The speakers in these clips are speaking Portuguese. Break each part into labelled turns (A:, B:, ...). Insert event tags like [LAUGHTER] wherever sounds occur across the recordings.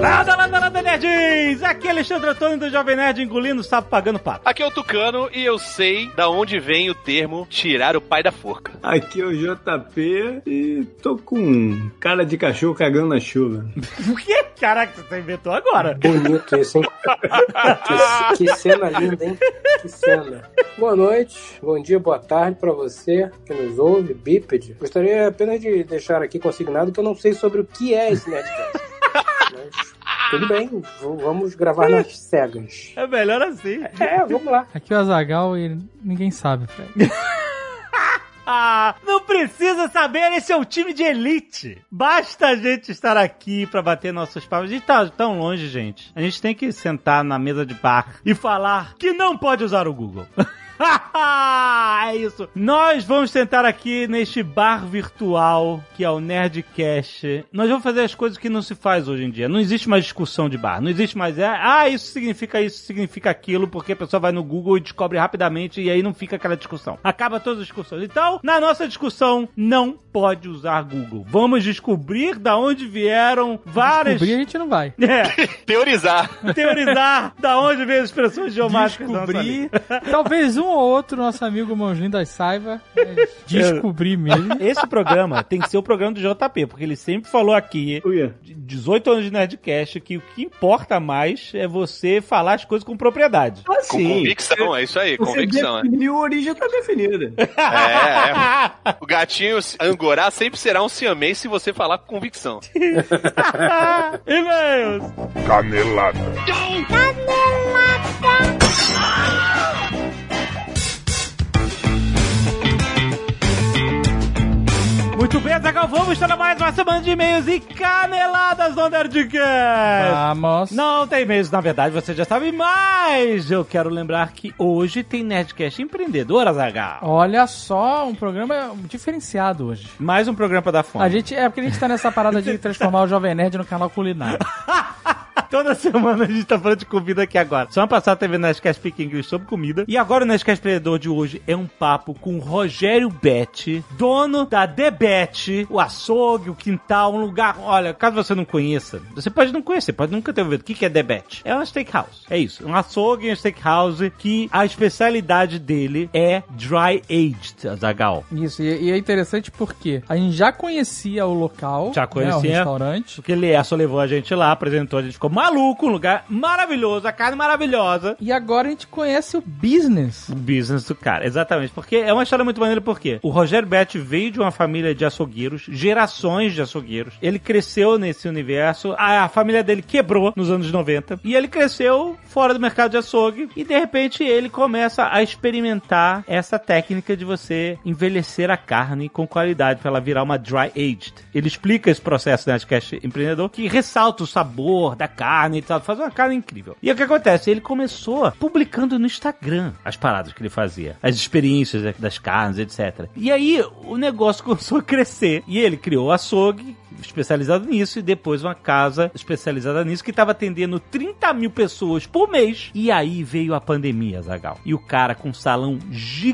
A: Nada, nada, nada, nerds! Aqui é Alexandre Antônio do Jovem Nerd engolindo sapo pagando pato. [LAUGHS]
B: Aqui é o Tucano e eu sei da onde vem o termo tirar o pai da forca.
C: Aqui é o JP e tô com cara de cachorro cagando na chuva.
A: O quê? Caraca, você inventou agora.
D: Bonito isso, hein? que, que cena linda, hein? Que cena. Boa noite, bom dia, boa tarde pra você que nos ouve, bípede. Gostaria apenas de deixar aqui consignado que eu não sei sobre o que é esse Nerdcast. Mas tudo bem, v- vamos gravar nas cegas.
A: É melhor assim.
D: É, vamos lá.
E: Aqui é o Azagal e ninguém sabe, Fred.
A: Ah, não precisa saber, esse é o time de elite. Basta a gente estar aqui pra bater nossos papos. A gente tá tão longe, gente. A gente tem que sentar na mesa de bar e falar que não pode usar o Google. [LAUGHS] é isso. Nós vamos sentar aqui neste bar virtual que é o Nerdcast. Nós vamos fazer as coisas que não se faz hoje em dia. Não existe mais discussão de bar. Não existe mais. é, ah, isso significa isso, significa aquilo, porque a pessoa vai no Google e descobre rapidamente e aí não fica aquela discussão. Acaba todas as discussões. Então, na nossa discussão, não pode usar Google. Vamos descobrir da onde vieram várias.
E: Descobrir a gente não vai.
A: É,
B: Teorizar.
A: teorizar da onde veio as expressões geomáticas. da nossa língua.
E: Descobrir. Talvez um ou outro nosso amigo Mãos Lindas saiba. mas Descobrir mesmo.
A: [LAUGHS] Esse programa tem que ser o programa do JP, porque ele sempre falou aqui,
C: Uia.
A: de 18 anos de Nerdcast, que o que importa mais é você falar as coisas com propriedade.
C: Ah,
B: Com
C: sim.
B: convicção, é isso aí,
C: Você
B: convicção. é.
C: definiu, a origem tá definida.
B: É, é.
A: Ah!
B: O gatinho angorá sempre será um siamês se você falar com convicção.
A: E-mails!
F: Canelada.
A: Muito bem, Zagal, vamos para mais uma semana de e-mails e caneladas do Nerdcast!
E: Vamos.
A: Não tem e-mails, na verdade, você já sabe, mas eu quero lembrar que hoje tem Nerdcast Empreendedora, Zagal.
E: Olha só, um programa diferenciado hoje.
A: Mais um programa pra dar fome.
E: A gente, é porque a gente tá nessa parada de transformar o Jovem Nerd no canal culinário.
A: Toda semana a gente tá falando de comida aqui agora. Semana passada teve Nerdcast Speak English sobre comida. E agora o Nerdcast Predador de hoje é um papo com o Rogério Bete, dono da Debete, o açougue, o quintal, um lugar. Olha, caso você não conheça, você pode não conhecer, pode nunca ter ouvido. O que que é Debete? É uma steakhouse. É isso. Um açougue, um steakhouse que a especialidade dele é dry aged, Azagal.
E: Isso, e, e é interessante porque a gente já conhecia o local,
D: É, um
A: Já
E: né,
A: conhecia.
E: o restaurante.
A: Porque ele é, só levou a gente lá, apresentou, a gente ficou maluco, um lugar maravilhoso, a carne maravilhosa.
E: E agora a gente conhece o business.
A: O business do cara, exatamente. Porque é uma história muito maneira, porque o Roger Beth veio de uma família de açougueiros, gerações de açougueiros. Ele cresceu nesse universo, a, a família dele quebrou nos anos 90, e ele cresceu fora do mercado de açougue, e de repente ele começa a experimentar essa técnica de você envelhecer a carne com qualidade, pra ela virar uma dry aged. Ele explica esse processo no Nerdcast Empreendedor, que ressalta o sabor da carne e tal, faz uma carne incrível. E é o que acontece? Ele começou publicando no Instagram as paradas que ele fazia, as experiências da- das carnes, etc. E aí o negócio [LAUGHS] começou a crescer e ele criou o açougue, especializado nisso, e depois uma casa especializada nisso, que estava atendendo 30 mil pessoas por mês. E aí veio a pandemia, Zagal. E o cara com um salão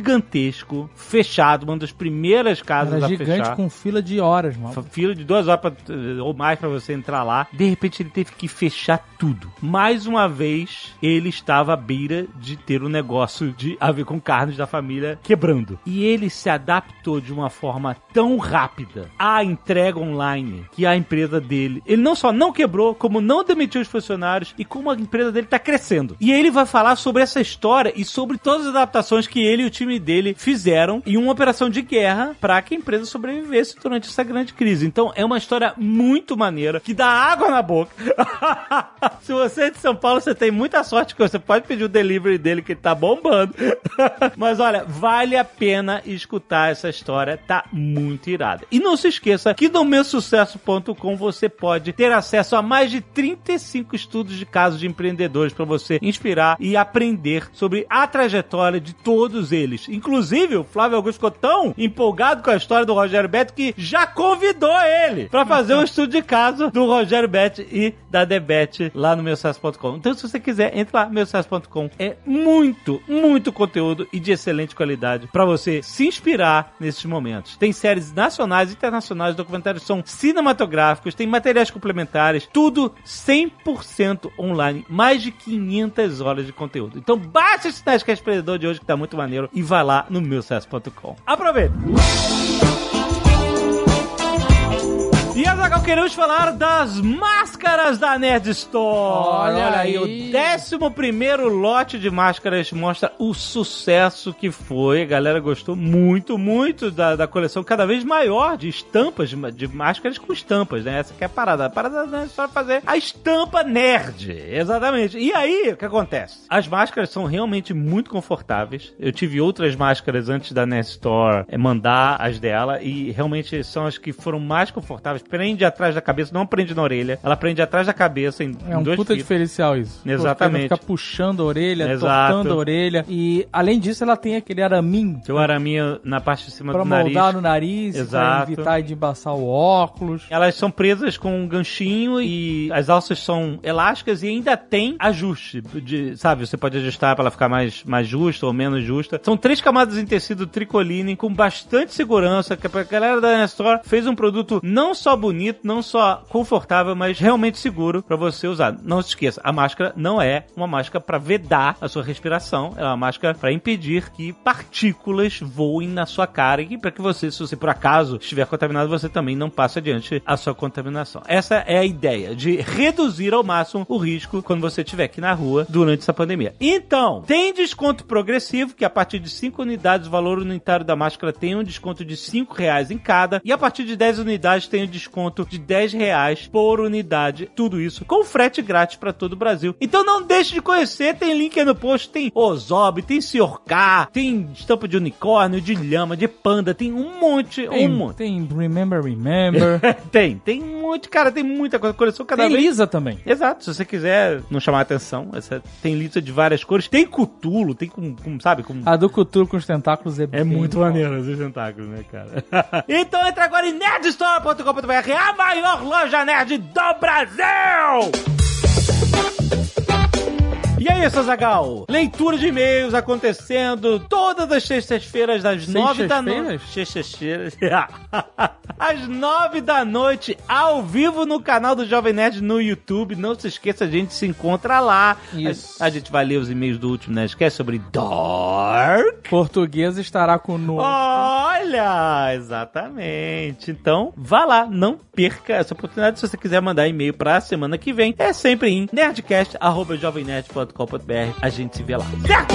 A: gigantesco, fechado, uma das primeiras casas
E: Era
A: a
E: gigante
A: fechar.
E: com fila de horas, mano.
A: Fa- Fila de duas horas pra, eh, ou mais pra você entrar lá. De repente ele teve que fechar tudo. Mais uma vez, ele estava à beira de ter um negócio de a ver com carnes da família quebrando. E ele se adaptou de uma forma tão rápida à entrega online que a empresa dele. Ele não só não quebrou, como não demitiu os funcionários e como a empresa dele tá crescendo. E ele vai falar sobre essa história e sobre todas as adaptações que ele e o time dele fizeram em uma operação de guerra para que a empresa sobrevivesse durante essa grande crise. Então é uma história muito maneira que dá água na boca. [LAUGHS] Se você é de São Paulo, você tem muita sorte que você pode pedir o delivery dele que tá bombando. [LAUGHS] Mas olha, vale a pena escutar essa história, tá muito irada. E não se esqueça que no meu sucesso nerdcast.com você pode ter acesso a mais de 35 estudos de casos de empreendedores para você inspirar e aprender sobre a trajetória de todos eles. Inclusive, o Flávio Augusto ficou tão empolgado com a história do Rogério Betti que já convidou ele para fazer um estudo de caso do Rogério Betti e da Debete lá no meusucesso.com. Então, se você quiser, entre lá, meusucesso.com. É muito, muito conteúdo e de excelente qualidade para você se inspirar nesses momentos. Tem séries nacionais, internacionais, documentários são cinematográficos, tem materiais complementares, tudo 100% online, mais de 500 horas de conteúdo. Então, baixa esse Nerdcast Empreendedor de hoje que tá muito maneiro e vai lá no meusucesso.com. Aproveita! E agora queremos falar das máscaras da Nerd Store.
E: Olha aí.
A: o 11 primeiro lote de máscaras mostra o sucesso que foi. A galera gostou muito, muito da, da coleção cada vez maior de estampas, de, ma- de máscaras com estampas, né? Essa que é a parada. A parada da Nerd Store é fazer a estampa nerd. Exatamente. E aí, o que acontece? As máscaras são realmente muito confortáveis. Eu tive outras máscaras antes da Nerd Store eh, mandar as dela e realmente são as que foram mais confortáveis. Prende atrás da cabeça, não prende na orelha. Ela prende atrás da cabeça em,
E: É
A: em
E: um
A: dois
E: puta
A: fios.
E: diferencial isso. Pô,
A: Exatamente.
E: Fica puxando a orelha,
A: Exato.
E: tortando a orelha. E além disso, ela tem aquele araminho
A: Tem o araminho na parte de cima
E: pra
A: do nariz.
E: moldar no nariz,
A: Exato.
E: pra evitar de embaçar o óculos.
A: Elas são presas com um ganchinho e as alças são elásticas e ainda tem ajuste. De, sabe, você pode ajustar para ela ficar mais, mais justa ou menos justa. São três camadas em tecido tricoline com bastante segurança. Que a galera da Nestor fez um produto não só bonito, não só confortável, mas realmente seguro para você usar. Não se esqueça, a máscara não é uma máscara para vedar a sua respiração, é uma máscara para impedir que partículas voem na sua cara e para que você, se você por acaso estiver contaminado, você também não passe adiante a sua contaminação. Essa é a ideia de reduzir ao máximo o risco quando você estiver aqui na rua durante essa pandemia. Então, tem desconto progressivo que a partir de 5 unidades o valor unitário da máscara tem um desconto de 5 reais em cada e a partir de 10 unidades tem um desconto de 10 reais por unidade. Tudo isso com frete grátis para todo o Brasil. Então não deixe de conhecer, tem link aí no post, tem Ozob, tem Sr. K, tem estampa de unicórnio, de lhama, de panda, tem um monte,
E: Tem,
A: um monte.
E: tem Remember, Remember.
A: Tem, tem um monte, cara, tem muita coisa. Coleção [LAUGHS] cada
E: tem
A: vez
E: Lisa também.
A: Exato, se você quiser não chamar atenção, essa, tem lista de várias cores. Tem cutulo, tem com, com, sabe, com...
E: A do Cthulhu com os tentáculos é,
A: É
E: bem
A: muito
E: bom.
A: maneiro esses tentáculos, né, cara? [LAUGHS] então entra agora em nerdstore.com.br, a maior loja nerd do Brasil! E aí, seu Zagal? Leitura de e-mails acontecendo todas as sextas-feiras, das nove da noite. Sextas-feiras? [LAUGHS] às nove da noite, ao vivo no canal do Jovem Nerd no YouTube. Não se esqueça, a gente se encontra lá.
E: Isso.
A: A, a gente vai ler os e-mails do último Nerdcast sobre Dark.
E: Português estará
A: Ah.
E: conosco.
A: Olha, exatamente. Então, vá lá, não perca essa oportunidade. Se você quiser mandar e-mail pra semana que vem, é sempre em nerdcast@jovemnerd.com.br. A gente se vê lá. Certo?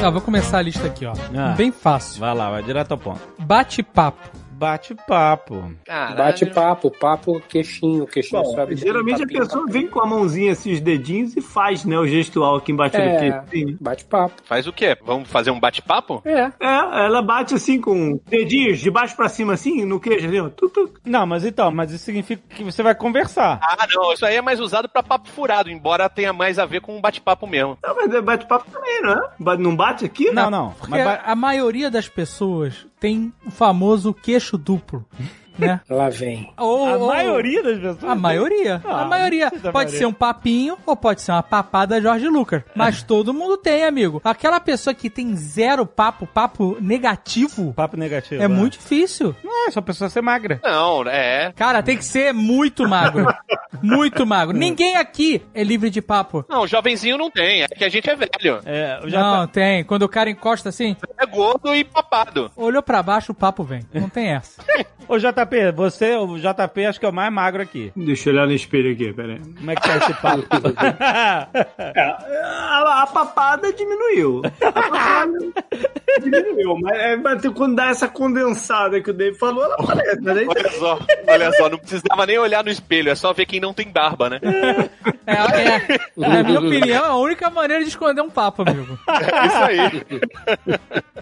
E: Tá, vou começar a lista aqui, ó.
A: Ah.
E: Bem fácil.
A: Vai lá, vai direto ao ponto.
E: Bate-papo.
A: Bate-papo.
B: Caralho.
D: Bate papo, papo, queixinho, queixinho sobe.
C: Geralmente a
D: tapinha,
C: pessoa
D: tapinha.
C: vem com a mãozinha, esses dedinhos e faz, né? O gestual aqui embaixo
D: É.
C: do queixinho.
D: Bate papo.
B: Faz o quê? Vamos fazer um bate-papo?
D: É.
C: É, ela bate assim com dedinhos de baixo pra cima, assim, no queijo, assim, ó. Tuc, tuc.
A: Não, mas então, mas isso significa que você vai conversar.
B: Ah, não, isso aí é mais usado pra papo furado, embora tenha mais a ver com um bate-papo mesmo.
C: Não, mas é bate-papo também, não é? Ba- Não bate aqui? né?
A: Não, não.
E: Porque
A: Mas ba-
E: a maioria das pessoas tem o famoso queixo duplo, né?
D: Lá vem.
E: Ou-
A: [LAUGHS] a
E: ou-
A: maioria das pessoas.
E: A maioria.
A: Ah,
E: a maioria.
A: da
E: Pode
A: maioria.
E: ser um papinho ou pode ser uma papada Jorge Lucas. Mas
A: Ah.
E: todo mundo tem, amigo. Aquela pessoa que tem zero papo, papo negativo,
A: Papo negativo.
E: é muito difícil.
A: Não é só a pessoa ser magra.
B: Não, é.
E: Cara, tem que ser muito magro. muito magro. Ninguém aqui é livre de papo.
B: Não, jovenzinho não tem, é que a gente é velho.
A: É, eu já
E: Não, tem. Quando o cara encosta assim,
B: É gordo e papado.
E: olhou pra baixo, o papo vem. Não tem essa.
A: Ô JP, você, o JP, acho que é o mais magro aqui.
C: Deixa eu olhar no espelho aqui, peraí.
A: Como é que tá esse [LAUGHS] papo?
C: [LAUGHS] É, a, a papada diminuiu. A papada diminuiu, mas, é, mas quando dá essa condensada que o Dave falou, ela aparece. Mas aí
B: Olha só, olha só, não precisava nem olhar no espelho, é só ver quem não tem barba, né?
E: É, é- na minha opinião, a única maneira de esconder um papo, amigo.
B: É isso aí.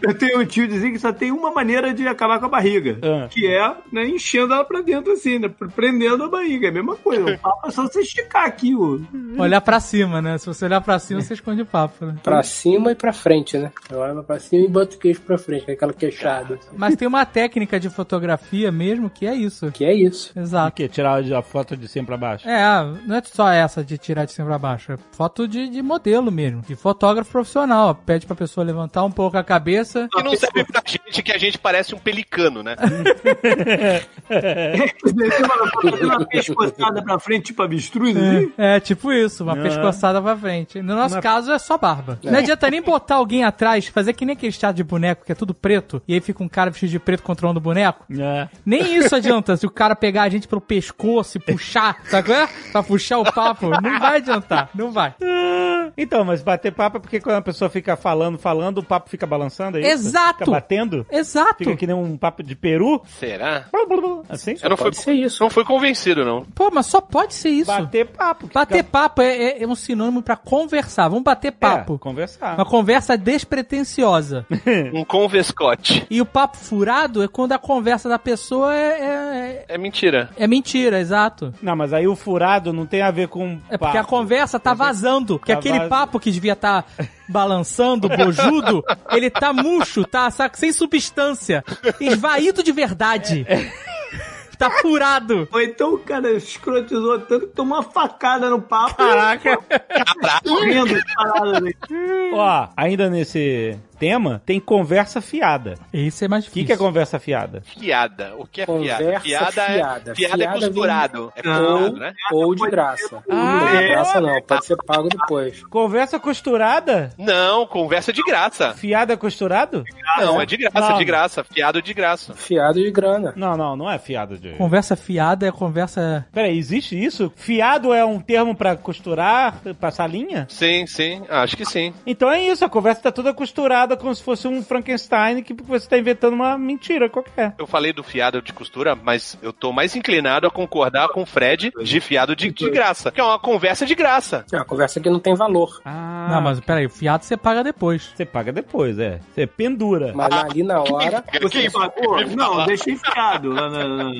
C: Eu tenho um tiozinho que só tem uma maneira de acabar com a barriga,
A: Ah.
C: que é né, enchendo ela pra dentro, assim, né, prendendo a barriga. É a mesma coisa. O papo é só você esticar aqui o.
E: Olhar pra cima, né? Se você olhar pra cima, você esconde o papo, né?
D: Pra cima e pra frente, né? Eu olho pra cima e boto o queixo pra frente, com aquela queixada.
E: Mas tem uma técnica de fotografia mesmo que é isso.
D: Que é isso.
A: O
E: Exato.
A: quê? Tirar a foto de cima pra baixo?
E: É, não é só essa de tirar de cima pra baixo. É foto de, de modelo mesmo. De fotógrafo profissional. Pede pra pessoa levantar um pouco a cabeça.
B: E não serve pra gente que a gente parece um pelicano,
D: [LAUGHS]
B: né?
C: Você fala, "Pô, fazer uma pescoçada pra frente, tipo avestruz, assim.
E: É, tipo isso, uma
A: Ah.
E: pescoçada pra frente. No nosso
A: Uma-
E: caso é só barba. Não adianta nem botar alguém atrás, fazer que nem aquele estado de boneco que é tudo preto, e aí fica um cara vestido de preto controlando o boneco.
A: É.
E: Nem isso adianta se o cara pegar a gente pelo pescoço e puxar, sabe qual é? Pra puxar o papo. Não vai adiantar, não vai.
A: Então, mas bater papo é porque quando a pessoa fica falando, falando, o papo fica balançando, é isso?
E: Exato.
A: Fica batendo?
E: Exato. É
A: Fica que nem um papo de peru?
B: Será?
A: Blá, blá, blá. Assim?
B: Eu não fui,
D: Pode ser isso.
B: não fui convencido, não.
E: Pô, mas só pode ser isso. Bater,
A: Bater papo. que fica-
E: papo é, é- é um sinônimo pra conversar. Vamos bater
A: É,
E: papo.
A: conversar.
E: Uma conversa despretensiosa.
B: Um convescote.
E: e o papo furado é quando a conversa da pessoa é- é,
B: É mentira.
E: É mentira, exato.
A: Não, mas aí o furado não tem a ver com.
E: É porque a
A: papo.
E: conversa tá vazando. Porque
A: Tá
E: aquele
A: vaz-
E: papo que devia estar balançando,
A: [LAUGHS]
E: bojudo, ele tá murcho, tá saca, sem substância. Esvaído de verdade.
A: É.
E: Tá furado.
C: Ou então o cara escrotizou tanto que tomou uma facada no papo.
A: Caraca!
C: Correndo as paradas, né?
A: Ó, ainda nesse tema, tem conversa fiada.
E: Isso é mais
A: O
E: difícil.
A: que, que é conversa fiada?
B: Piada. O que é piada?
D: Conversa
B: Piada é,
D: fiada.
B: piada.
D: Fiada
B: é costurado. É
C: Não.
B: costurado, né?
D: Ou de graça.
C: tipo-
A: Ah,
D: não,
A: é.
D: de graça não. Pode ser pago depois.
A: Conversa costurada?
B: Não, conversa de graça.
A: Fiada costurado?
B: Não, é de graça,
A: Não.
B: de graça. Fiado de graça.
D: Fiado de grana.
A: Não, não, não é fiada de.
E: Conversa fiada é conversa.
A: Peraí, existe isso? Fiado é um termo pra costurar, passar linha?
B: Sim, sim. Acho que sim.
A: Então é isso, a conversa tá toda costurada como se fosse um Frankenstein que você tá inventando uma mentira qualquer.
B: Eu falei do fiado de costura, mas eu tô mais inclinado a concordar com o Fred de fiado de, de graça. Que é uma conversa de graça.
D: É uma conversa que não tem valor.
A: Ah,
E: Não, mas peraí, fiado você paga depois.
A: Você paga depois, é. Você pendura.
D: Mas ali na hora,
C: Você pagou? Não, deixei fiado. lá na- na-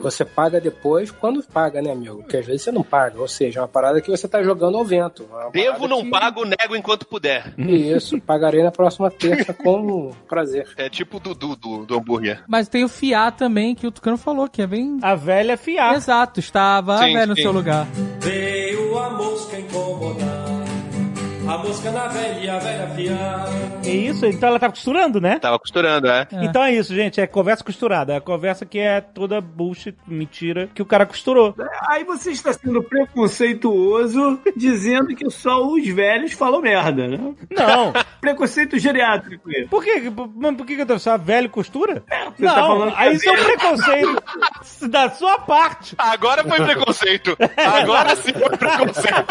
D: você paga depois quando paga, né, amigo? Porque às vezes você não paga. Ou seja, é uma parada que você tá jogando ao vento. É uma
B: Devo,
D: parada
B: não
D: que-
B: pago, nego enquanto puder. [LAUGHS]
D: Isso, pagarei na próxima terça com prazer.
B: É tipo o Dudu do, do hambúrguer.
E: Mas tem o fiar também, que o Tucano falou, que é bem.
A: A velha fiada.
E: Exato, estava
B: Sim,
E: velho no
B: sim.
E: seu lugar.
G: Veio a mosca incomodar, a mosca na velha, a velha piar.
A: É isso, então ela tá costurando, né?
B: Tava costurando, é.
E: É.
A: Então é isso, gente. É conversa costurada. É a conversa que é toda bullshit, mentira, que o cara costurou.
C: Aí você está sendo preconceituoso dizendo que só os velhos falam merda, né?
A: Não.
C: Preconceito geriátrico. isso.
A: Por que? Mas por que que eu tô só velho costura?
C: você tá
A: Não,
C: falando que
A: aí
C: é
A: isso é um preconceito da sua parte.
B: Agora foi preconceito. Agora sim foi preconceito.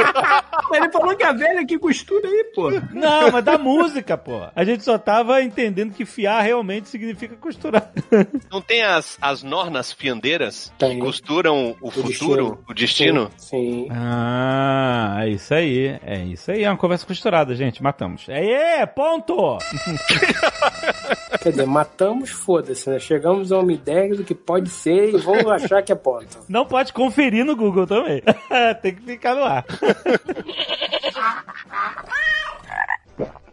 C: Mas ele falou que a velha que costura aí, pô.
A: Não, mas da música, pô. A gente só tava entendendo que fiar realmente significa costurar.
B: [LAUGHS] Não tem as, as nornas fiandeiras
D: Tem.
B: que costuram o, futuro, o destino?
D: Sim.
A: Ah, é isso aí. É isso aí. É uma conversa costurada, gente. Matamos. É, ponto!
D: Quer dizer, matamos, foda-se, né? Chegamos a uma ideia do que pode ser e vamos achar que é ponto.
A: Não pode conferir no Google também. [LAUGHS] Tem que ficar no ar.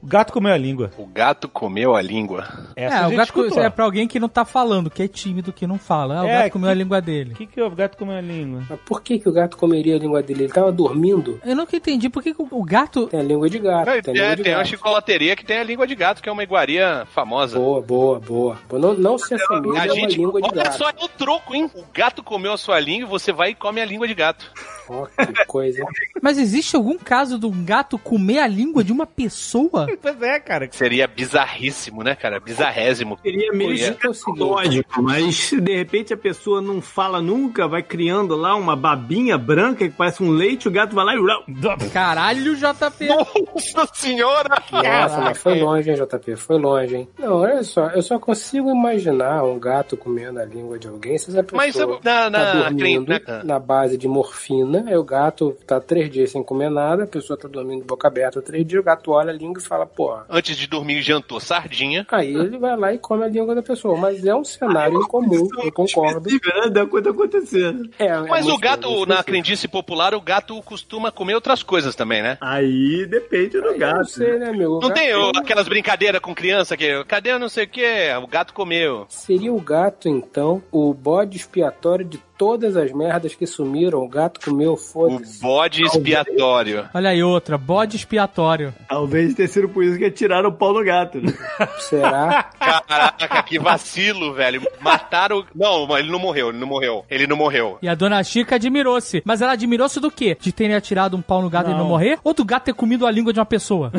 A: O gato comeu a língua.
B: O gato comeu a língua.
A: Essa
E: É,
A: a
E: o
A: gente
E: gato co-
A: escutou.
E: é pra alguém que não tá falando, que é tímido, que não fala. Ah, o
A: É,
E: gato comeu
A: que-
E: a língua dele.
A: O que, que é o gato comeu a língua?
D: Mas por que, que o gato comeria a língua dele? Ele tava dormindo?
E: Eu nunca entendi por que que o o gato.
D: Tem a língua de gato,
B: É,
D: Ah, tem a língua de
B: tem uma
D: gato.
B: chocolateria que tem a língua de gato, que é uma iguaria famosa.
D: Boa, boa, boa. Pô, Não, não se
B: A
D: assemelha
B: um
D: a é uma
B: gente,
D: língua de
B: olha
D: gato.
B: só, é o troco, hein? O gato comeu a sua língua e você vai e come a língua de gato.
D: Ó, que coisa.
E: é- Mas existe algum caso de um gato comer a língua de
B: [LAUGHS]
E: uma pessoa?
A: Pois é, cara.
B: Seria bizarríssimo, né, cara? Bizarrésimo.
C: Seria meio
B: Olha.
C: é lógico, mas se de repente a pessoa não fala nunca, vai criando lá uma babinha branca que parece um leite, o gato vai lá e.
E: Caralho, JP.
B: Nossa senhora!
D: Nossa, mas foi longe, hein, JP? Foi longe, hein? Não, olha só, eu só consigo imaginar um gato comendo a língua de alguém se essa pessoa
B: Mas eu- na, na, né?
D: tá dormindo
B: na,
D: na, base de morfina, aí o gato tá três dias sem comer nada, a pessoa tá dormindo de boca aberta três dias, o gato olha a língua e fala, porra.
B: antes de dormir jantou sardinha.
D: Aí ele vai lá e come a língua da pessoa, mas é um cenário incomum, eu concordo.
C: Específica, né? Dá conta acontecendo.
D: É, é
B: é Mas
D: muito
B: o gato,
D: específico.
B: na crendice popular, o gato costuma comer outras coisas também, né?
C: Aí depende do
D: Aí Eu não
C: gato.
D: sei, né, amigo? O
B: Não
D: gato
B: tem ô, aquelas brincadeiras com criança que cadê eu não sei o que? O gato comeu.
D: Seria o gato, então, o bode expiatório de todas as merdas que sumiram. O gato comeu,
B: O
D: foda-se.
B: bode expiatório.
E: Olha aí outra, bode expiatório.
C: Talvez tenha sido por isso que atiraram o pau no gato. né?
B: [LAUGHS]
D: Será?
B: Caraca, que vacilo, velho. Mataram. o- Não, mas ele não morreu, ele não morreu. Ele não morreu.
E: E a dona Chica admirou-se. Mas ela admirou-se do quê? De terem atirado um pau no gato e não morrer? Ou do gato ter comido a língua de
B: [LAUGHS]
E: uma pessoa?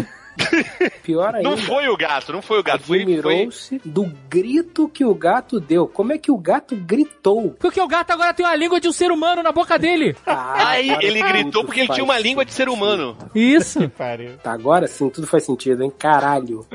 D: Pior ainda.
B: Não foi o gato, não foi o gato. Foi, foi...
D: Admirou-se do grito que o gato deu. Como é que o
B: [LAUGHS]
D: gato gritou?
E: Porque o gato agora tem a língua de um ser humano na boca dele.
D: Ah,
B: Aí
D: agora
B: ele
D: tudo
B: gritou porque ele
D: faz
B: tinha uma língua de ser humano.
E: Isso.
D: sentido. Tá, agora sim, tudo faz sentido, hein? Caralho.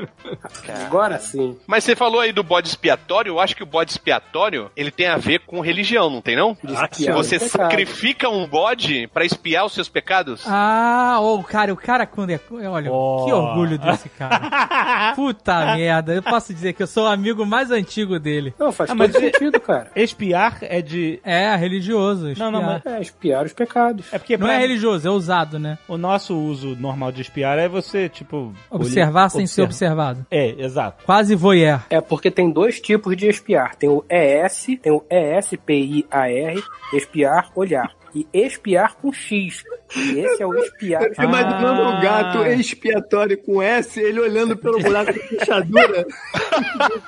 D: Agora sim.
B: Mas você falou aí do bode expiatório, eu acho que o bode expiatório, ele tem a ver com religião, não tem não?
D: Despiar
B: Você
D: é pecado.
B: sacrifica um bode pra espiar os seus pecados?
E: Ah, ô, cara, o cara quando é. Olha,
A: Ó.
E: que orgulho
A: [LAUGHS]
E: desse cara. Puta merda, eu posso dizer que eu sou o amigo mais antigo dele.
D: Não, faz
A: Ah,
D: todo
A: mas-
D: sentido, cara.
A: Espiar é de.
E: É, religioso.
A: Não, não,
E: espiar.
A: mas-
D: É, espiar os pecados.
A: É porque
E: Não
A: pra-
E: é religioso, é usado, né?
A: o nosso uso normal de espiar é você, tipo.
E: Observar
A: olhe-
E: sem ser
A: observa.
E: observado.
A: É, exato.
E: Quase voyeur.
D: É porque tem dois tipos de espiar. Tem o ES, tem o ESPIAR, espiar, olhar. E espiar com X. E esse é o espiar.
C: Eu fico Imaginando o um gato expiatório com S, ele olhando pelo buraco da fechadura,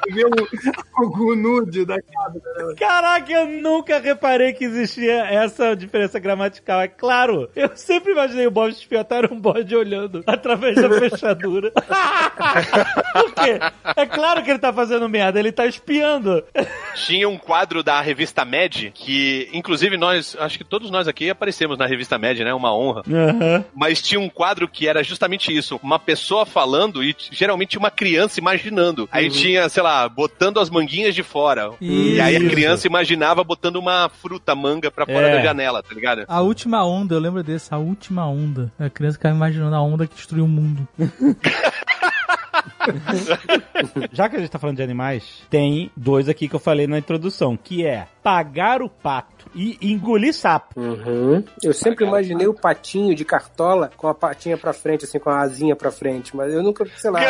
C: [LAUGHS] vê o, o nude da cabra.
A: Caraca, eu nunca reparei que existia essa diferença gramatical. É claro, eu sempre imaginei o bode espiatório um bode olhando através da fechadura. [LAUGHS] Por quê? É claro que ele tá fazendo merda, ele tá espiando.
B: Tinha um quadro da revista Med, que inclusive nós, acho que todos nós aqui aparecemos na revista Med, né? Uma honra.
A: Aham.
B: Mas tinha um quadro que era justamente isso: uma pessoa falando e t- geralmente uma criança imaginando.
E: Uhum.
B: Aí tinha, sei lá, botando as manguinhas de fora. E aí a
E: Isso.
B: criança imaginava botando uma fruta manga pra fora
A: É.
B: da janela, tá ligado? [LAUGHS]
E: A última onda, eu lembro desse, a última onda. A criança ficava imaginando a onda que destruiu o mundo.
A: Já que a gente tá falando de animais, tem dois aqui que eu falei na introdução, que é pagar o pato e engolir sapo.
D: Uhum. Eu sempre imaginei o patinho de cartola com a patinha pra frente, assim, com a asinha pra frente, mas eu nunca, sei
E: [LAUGHS]
D: lá,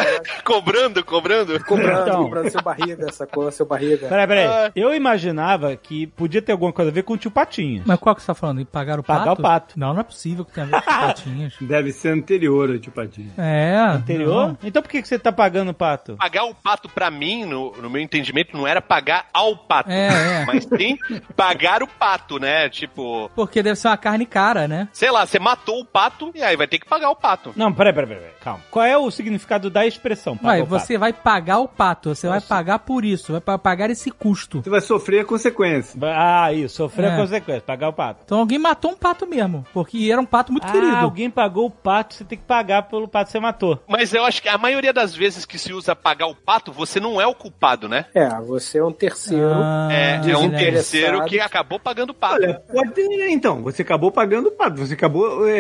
B: cobrando, cobrando.
D: cobrando,
A: Então.
D: cobrando seu barriga, essa coisa, seu barriga.
A: Peraí, peraí. Eu imaginava que podia ter alguma coisa a ver com o tio Patinhas.
E: Mas qual que você tá falando? E pagar o pato?
A: Pagar o pato.
E: Não, não é possível que tenha a ver
A: [LAUGHS]
E: com patinhas.
C: Deve ser anterior ao tipadinho.
E: É.
A: Anterior?
E: não.
A: Então por que, que você tá pagando o pato?
B: Pagar o pato pra mim, no, no meu entendimento, não era pagar ao pato.
E: É, é.
B: Mas sim pagar o pato, né? Tipo,
E: Porque deve ser uma carne cara, né?
B: sei lá, você matou o pato e aí vai ter que pagar o pato.
A: Não, peraí, peraí, peraí, peraí. Calma. Qual é o significado da expressão pagar
E: Ué,
A: o pato?
E: você vai pagar o pato, você vai pagar por isso, vai pa- pagar esse custo.
C: Você vai sofrer a consequência.
A: Ah, isso. Sofrer
E: É.
A: a consequência. Pagar o pato.
E: Então alguém matou um pato mesmo, porque era um pato muito
A: ah,
E: querido.
A: alguém pagou o pato, você tem que pagar pelo pato que você matou.
B: Mas eu acho que a maioria das vezes que se usa pagar o pato, você não é o culpado, né?
D: É, você é um terceiro.
E: Ah,
B: é, é um
E: desinteressado.
B: terceiro que acabou pagando o pato.
C: Olha, pode ter, né, então. Você acabou pagando o pato. Você acabou é,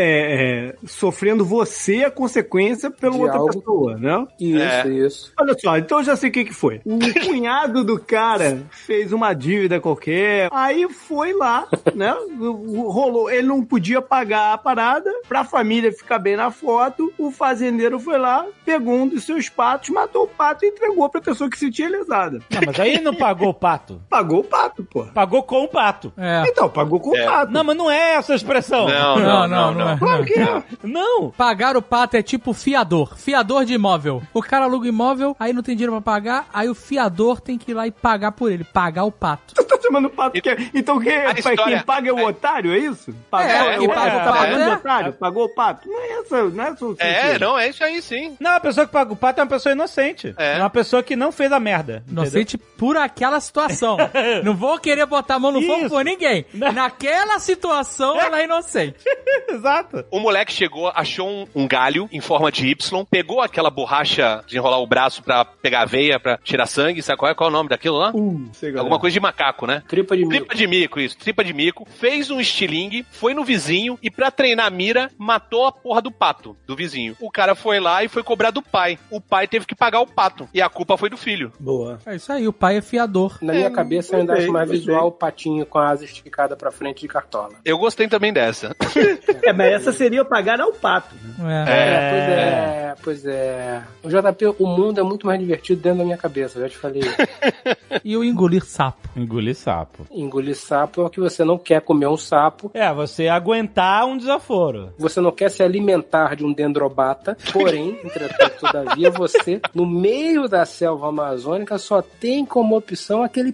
C: é, sofrendo você a consequência pela
D: De
C: outra
D: algo.
C: pessoa, né?
D: Isso,
B: É.
D: isso.
C: Olha só, então eu já sei o que, que foi. [LAUGHS] O cunhado do cara fez uma dívida qualquer, aí foi lá, né? Rolou, ele não podia pagar a parada, pra família ficar bem na foto, o fazendeiro foi lá, pegou um dos seus patos, matou o pato e entregou pra pessoa que se tinha lesada.
E: [LAUGHS]
A: Não, mas aí não pagou o pato.
C: Pagou o pato, pô. pô.
A: Pagou com o pato.
E: É.
C: Então, pagou com o
B: É.
C: pato.
A: Não, mas não é essa a expressão.
B: Não, não, não, não.
C: Claro que é.
A: Não.
E: Pagar o pato é tipo fiador. Fiador de imóvel. O cara aluga o imóvel, aí não tem dinheiro pra pagar, aí o fiador tem que ir lá e pagar por ele. Pagar o pato.
C: Tu [LAUGHS] tá chamando pato que é. Então quem,
B: A história-
C: quem paga é o otário, é isso?
E: É,
C: é,
E: quem paga
C: tá
E: o pato
C: pagando
E: é-
C: o otário? Pagou o pato? Não é essa, não é essa o
B: É,
C: sentido.
B: não, é isso aí sim.
A: Não, a pessoa que paga o pato é uma pessoa inocente.
B: É.
A: É, uma pessoa que não fez a merda.
E: Inocente por
A: [LAUGHS]
E: aquela situação. não vou querer botar a mão no fogo
A: Isso.
E: por ninguém.
A: Não.
E: Naquela situação, ela
A: [LAUGHS]
E: é inocente.
A: entendeu? Exato.
B: O moleque chegou, achou um, um galho em forma de Y, pegou aquela borracha de enrolar o braço pra pegar a veia, pra tirar sangue, sabe qual é, qual é o nome daquilo lá?
C: Uh, sei lá.
B: Alguma coisa de macaco, né?
D: Tripa de milho.
B: Tripa de mico, isso, tripa de mico. Fez um estilingue, foi no vizinho e, pra treinar a mira, matou a porra do pato, do vizinho. O cara foi lá e foi cobrar do pai. O pai teve que pagar o pato. E a culpa foi do filho.
D: Boa.
E: É isso aí, o pai é fiador.
D: Na minha cabeça, eu ainda
C: gostei,
D: acho mais
C: gostei.
D: visual o patinho com a asa esticada pra frente de cartola.
B: Eu gostei também [LAUGHS] dessa.
C: É, mas essa seria pagar ao pato. né?
E: É.
D: É, pois é, pois é. O JP, o mundo é muito mais divertido dentro da minha cabeça, eu já te
E: [LAUGHS]
D: falei.
E: E o engolir sapo.
A: Engolir sapo.
D: Engolir sapo é o que você não quer comer um sapo,
A: É, você aguentar um desaforo.
D: Você não quer se alimentar de um dendrobata,
B: [LAUGHS]
D: porém, entretanto, todavia, você, no meio da selva amazônica, só tem como opção aquele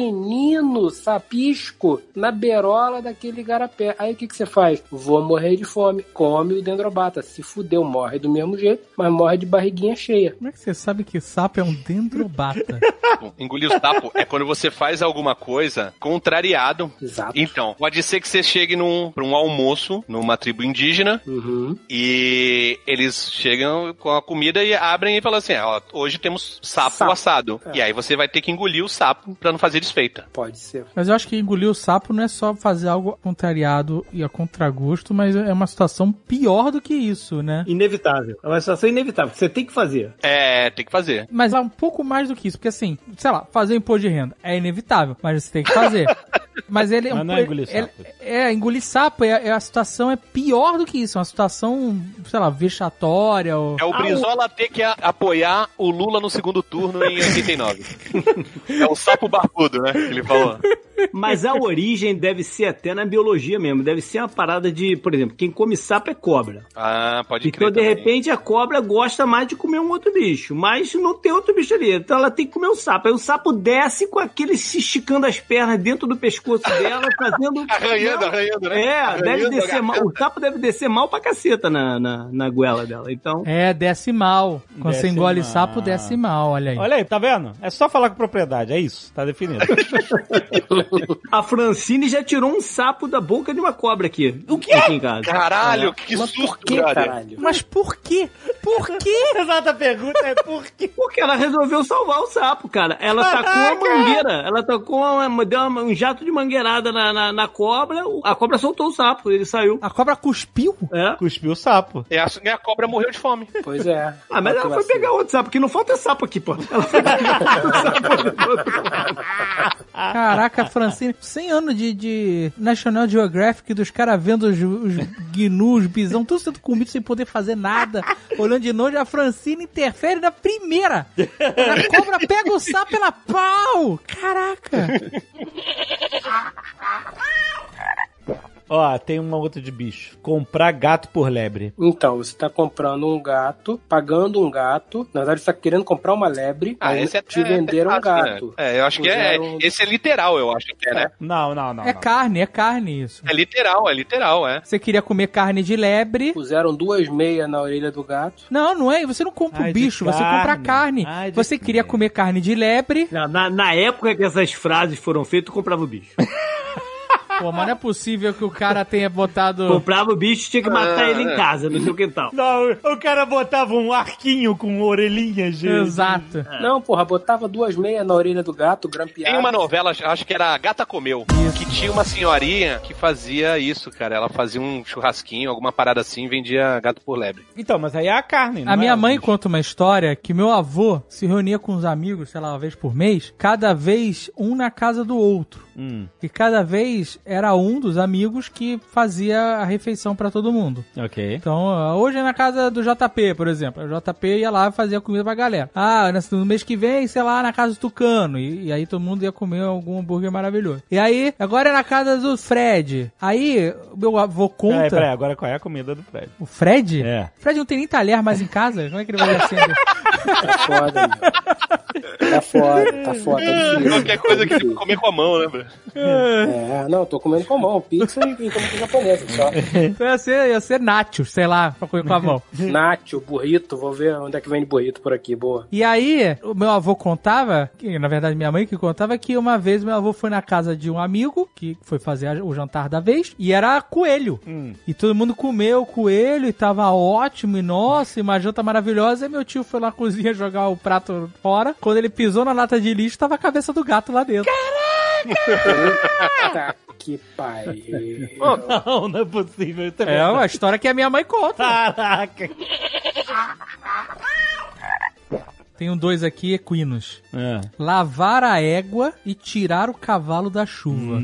D: pequenino sapisco na berola daquele garapé. Aí o que, que você faz? Vou morrer de fome. Come o dendrobata. Se fudeu, morre do mesmo jeito, mas morre de barriguinha cheia.
E: Como é que você sabe que sapo é um dendrobata? [LAUGHS]
B: Bom, Engolir o sapo é quando você faz alguma coisa contrariado.
D: Exato.
B: Então, pode ser que você chegue num, pra um almoço numa tribo indígena
D: Uhum.
B: e eles chegam com a comida e abrem e falam assim: ó, hoje temos sapo,
D: Sapo.
B: assado.
D: É.
B: E aí você vai ter que engolir o sapo pra não fazer desfeita.
D: Pode ser.
E: Mas eu acho que engolir o sapo não é só fazer algo contrariado e a contragosto, mas é uma situação pior do que isso, né?
C: Inevitável. É uma situação inevitável. que Você tem que fazer.
B: É, tem que fazer.
E: Mas é um pouco mais do que isso, porque assim, sei lá, fazer imposto de renda é inevitável, mas você tem
A: [LAUGHS]
E: que fazer. Mas ele um
A: Mas não é engolir sapo.
E: ele- é, engolir sapo é, é a situação é pior do que isso, é uma situação, sei lá, vexatória ou
B: É
D: Ah,
B: o Brizola ter que a- apoiar o Lula no segundo turno em
D: [LAUGHS]
B: 89. é o sapo barbudo, né? Que ele falou.
C: Mas a origem deve ser até na biologia mesmo. Deve ser uma parada de, por exemplo, quem come sapo é cobra.
B: Ah, pode crer.
C: Então, de
B: também.
C: repente, a cobra gosta mais de comer um outro bicho, mas não tem outro bicho ali. Então ela tem que comer um sapo. Aí o sapo desce com aquele se esticando as pernas dentro do pescoço dela, fazendo.
B: [LAUGHS] Arranhando, arranhando, né?
C: É,
B: Arranhando,
C: deve descer
B: agarrando.
C: mal. O sapo deve descer mal pra caceta na, na, na goela dela. Então.
E: é decimal. Quando você
A: Desce
E: engole
A: mal.
E: sapo, decimal, olha aí.
A: Olha aí, tá vendo? É só falar com propriedade, é isso. Tá definido.
C: A Francine já tirou um sapo da boca de uma cobra aqui. O quê? Aqui em casa.
B: Caralho, que
D: Mas por
B: surto,
D: que,
B: brother.
D: caralho?
E: Mas por quê? Por quê?
A: [LAUGHS] Exata pergunta é por quê?
C: Porque ela resolveu salvar o sapo, Ah, cara. Ela tacou a mangueira. Ela tacou uma, deu uma- um jato de mangueirada na, na, na cobra. A cobra soltou o sapo, ele saiu.
E: A cobra cuspiu?
C: É.
A: Cuspiu o sapo.
B: É a, é a cobra morreu de fome.
D: Pois é.
C: Ah, mas
D: Olha que
C: ela foi
D: vacilo.
C: pegar outro sapo, que não falta sapo aqui, pô. Ela foi pegar outro sapo.
E: Caraca, Francine, 100 anos de, de National Geographic, dos caras vendo os, os gnus, os bisão, tudo sendo comido sem poder fazer nada, olhando de longe, a Francine interfere na primeira. A cobra pega o sapo pela pau! Caraca!
A: Ó, tem uma outra de bicho. Comprar gato por lebre.
D: Então, você tá comprando um gato, pagando um gato. Na verdade, você tá querendo comprar uma lebre.
B: Ah,
D: aí
B: esse é
D: te venderam um
B: é fácil,
D: gato.
B: né? É, eu acho que é.
D: Puseram-
B: Esse é literal, eu acho que é, né?
A: Não, não, não.
E: É
A: não.
E: carne, é carne isso.
B: É literal, é literal, é.
E: Você queria comer carne de lebre.
D: Puseram duas meias na orelha do gato.
E: Não, não é. Você não compra
A: Ai,
E: o
A: de
E: bicho, você compra a
A: carne.
E: carne.
A: Ai, de
E: você queria
A: carne.
E: comer carne de lebre.
C: Na- [LAUGHS] na, na época que essas frases foram feitas, eu comprava o bicho.
E: Pô, mas não é possível que o cara tenha botado.
C: Comprava o bicho, tinha que matar ele em casa, no seu quintal.
A: Não, o cara botava um arquinho com orelhinhas. de-
E: Exato.
D: Não, porra, botava duas meias na orelha do gato, grampeado.
B: Tem uma novela, acho que era Gata Comeu, que tinha uma senhorinha que fazia isso, cara. Ela fazia um churrasquinho, alguma parada assim, e vendia gato por lebre.
A: Então, mas aí é a carne, não
E: A minha
A: é o
E: mãe
A: bicho.
E: conta uma história que meu avô se reunia com os amigos, sei lá, uma vez por mês, cada vez um na casa do outro.
A: Hum.
E: E cada vez era um dos amigos que fazia a refeição pra todo mundo.
A: Ok.
E: Então, ó, hoje é na casa do JP, por exemplo. O JP ia lá fazer a comida pra galera. Ah, nesse- no mês que vem, sei lá, na casa do Tucano. E, e aí todo mundo ia comer algum hambúrguer maravilhoso. E aí, agora é na casa do Fred. Aí, meu avô conta...
A: Peraí, peraí, agora qual é a comida do Fred?
E: O Fred?
A: É.
E: O Fred não tem nem talher mais em casa? Como é que ele vai
A: [LAUGHS]
E: olhar assim?
D: Tá foda, meu. Tá foda,
B: [LAUGHS]
D: tá foda. tá difícil.
B: [LAUGHS] É, Qualquer coisa que [LAUGHS] tem pra
D: Tá difícil.
B: comer com a mão, né, Bruno?
D: É, não, tô comendo com a mão, pizza e, e comida japonesa, só.
E: Então ia ser, ia ser nachos, sei lá, pra comer com a mão.
D: Nacho, burrito, vou ver onde é que vende burrito por aqui, boa.
E: E aí, o meu avô contava, que, na verdade minha mãe que contava, que uma vez meu avô foi na casa de um amigo, que foi fazer a- o jantar da vez, e era coelho. E todo mundo comeu coelho e tava ótimo, e nossa, e uma janta maravilhosa. E meu tio foi lá na cozinha jogar o prato fora. Quando ele pisou na lata de lixo, tava a cabeça do gato lá dentro.
B: Ah!
D: Puta que pariu.
A: [LAUGHS] Não, não é possível. Isso
E: É uma história que a minha mãe
A: Ah.
E: conta.
A: Caraca.
E: Tem um dois aqui equinos.
A: É.
E: Lavar a égua e tirar o cavalo da chuva.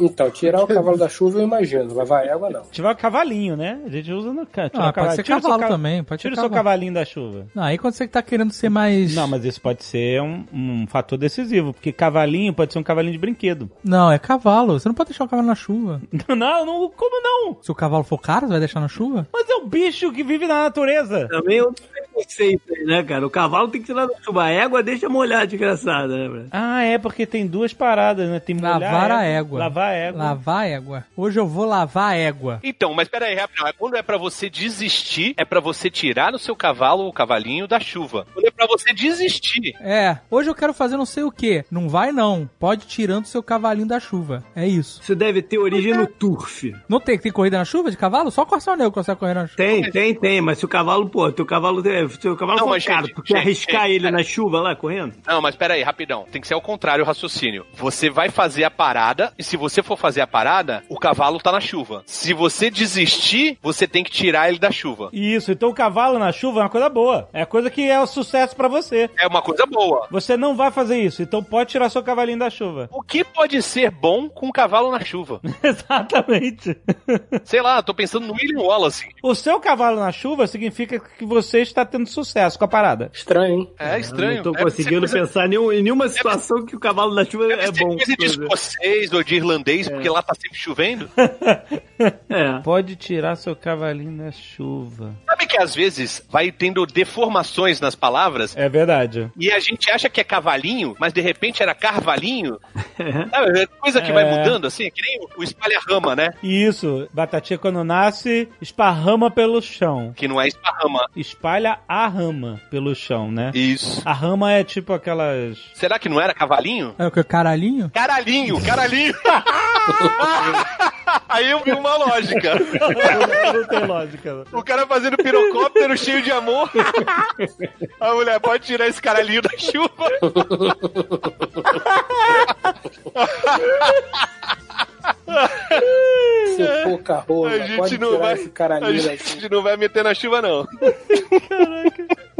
D: Então, tirar o cavalo da chuva eu imagino, lavar a égua não.
A: Tirar o cavalinho, né? A gente usa no ca- tira
E: Ah,
A: o cavalo.
E: pode ser
A: Tira o seu
E: cavalo
A: ca-
E: também, pode
A: Tira o
E: ser
A: seu
E: cavalo.
A: cavalinho da chuva.
E: Não, aí quando você tá querendo ser mais.
A: Não, mas isso pode ser um, um fator decisivo, porque cavalinho pode ser um cavalinho de brinquedo. [LAUGHS]
E: Não, é cavalo. Você não pode deixar o cavalo na chuva.
A: Não, não, como não?
E: Se o cavalo for caro, você vai deixar na chuva?
A: Mas é um bicho que vive na natureza.
C: Também é outro preconceito aí, né, cara? O cavalo tem que tirar da chuva. A égua deixa molhar, desgraçada, né, velho?
A: Ah, é, porque tem duas paradas, né? Tem molhar
E: Lavar a égua.
A: Lavar a égua.
E: Lavar a égua. Hoje eu vou lavar a égua.
B: Então, mas peraí, rapidão. Quando é pra você desistir, é pra você tirar o seu cavalo ou cavalinho da chuva. Quando é pra você desistir.
E: É, hoje eu quero fazer não sei o quê. Não vai não. Pode tirando seu cavalinho da chuva. É isso.
C: Isso deve ter origem
B: Então,
C: no
B: tá.
C: turf.
E: Não tem que ter corrida na chuva de cavalo? Só o Corsair que consegue correr na chuva.
C: Tem, tem, tem, mas se o cavalo, pô, teu cavalo, se o cavalo
B: Não,
C: for
B: mas,
C: caro,
B: gente,
C: tu quer
B: gente,
C: arriscar
B: gente,
C: ele
B: é.
C: na chuva lá, correndo?
B: Não, mas peraí, rapidão. Tem que ser ao contrário o raciocínio. Você vai fazer a parada, e se você for fazer a parada, o cavalo tá na chuva. Se você desistir, você tem que tirar ele da chuva.
A: Isso, então o cavalo na chuva é uma coisa boa. É a coisa que é o sucesso pra você.
B: É uma coisa boa.
A: Você não vai fazer isso, então pode tirar seu cavalinho da chuva.
B: O que pode ser bom com um cavalo na
C: [LAUGHS]
B: chuva?
A: [LAUGHS] Exatamente.
B: Sei lá, tô pensando no William Wallace.
A: O seu cavalo na chuva significa que você está tendo sucesso com a parada.
D: Estranho, hein?
B: É estranho.
C: Eu não tô
B: Deve
C: conseguindo
B: ser coisa-
C: pensar em nenhum- em nenhuma situação que o cavalo na chuva
B: deve
C: é
B: ser
C: bom. É.
B: coisa de
C: por exemplo.
B: escocês ou de irlandês, porque lá tá sempre chovendo.
C: É.
A: Pode tirar seu cavalinho na chuva.
B: Sabe que às vezes vai tendo deformações nas palavras
A: É verdade.
B: e a gente acha que é cavalinho, mas de repente era
C: [LAUGHS]
B: carvalhinho. Sabe, é coisa que vai
A: É.
B: mudando assim, é que nem o espalha-rama, né?
A: Isso, batatinha quando nasce, esparrama pelo chão.
B: Que não é esparrama.
A: Espalha a rama pelo chão, né?
B: Isso.
A: A rama é tipo aquelas.
B: Será que não era cavalinho?
E: É o que? Caralhinho?
B: Caralhinho,
C: [LAUGHS]
B: caralhinho. [LAUGHS] Aí eu vi uma lógica.
C: [LAUGHS]
A: Não tem lógica.
B: O cara fazendo pirocóptero cheio de amor. A mulher pode tirar esse caralhinho da chuva.
D: Seu pouca rola,
B: É. A gente
D: pode
B: não
D: tirar
B: vai-
D: esse
B: A
D: caralhinho daqui.
B: gente não vai meter na chuva, não.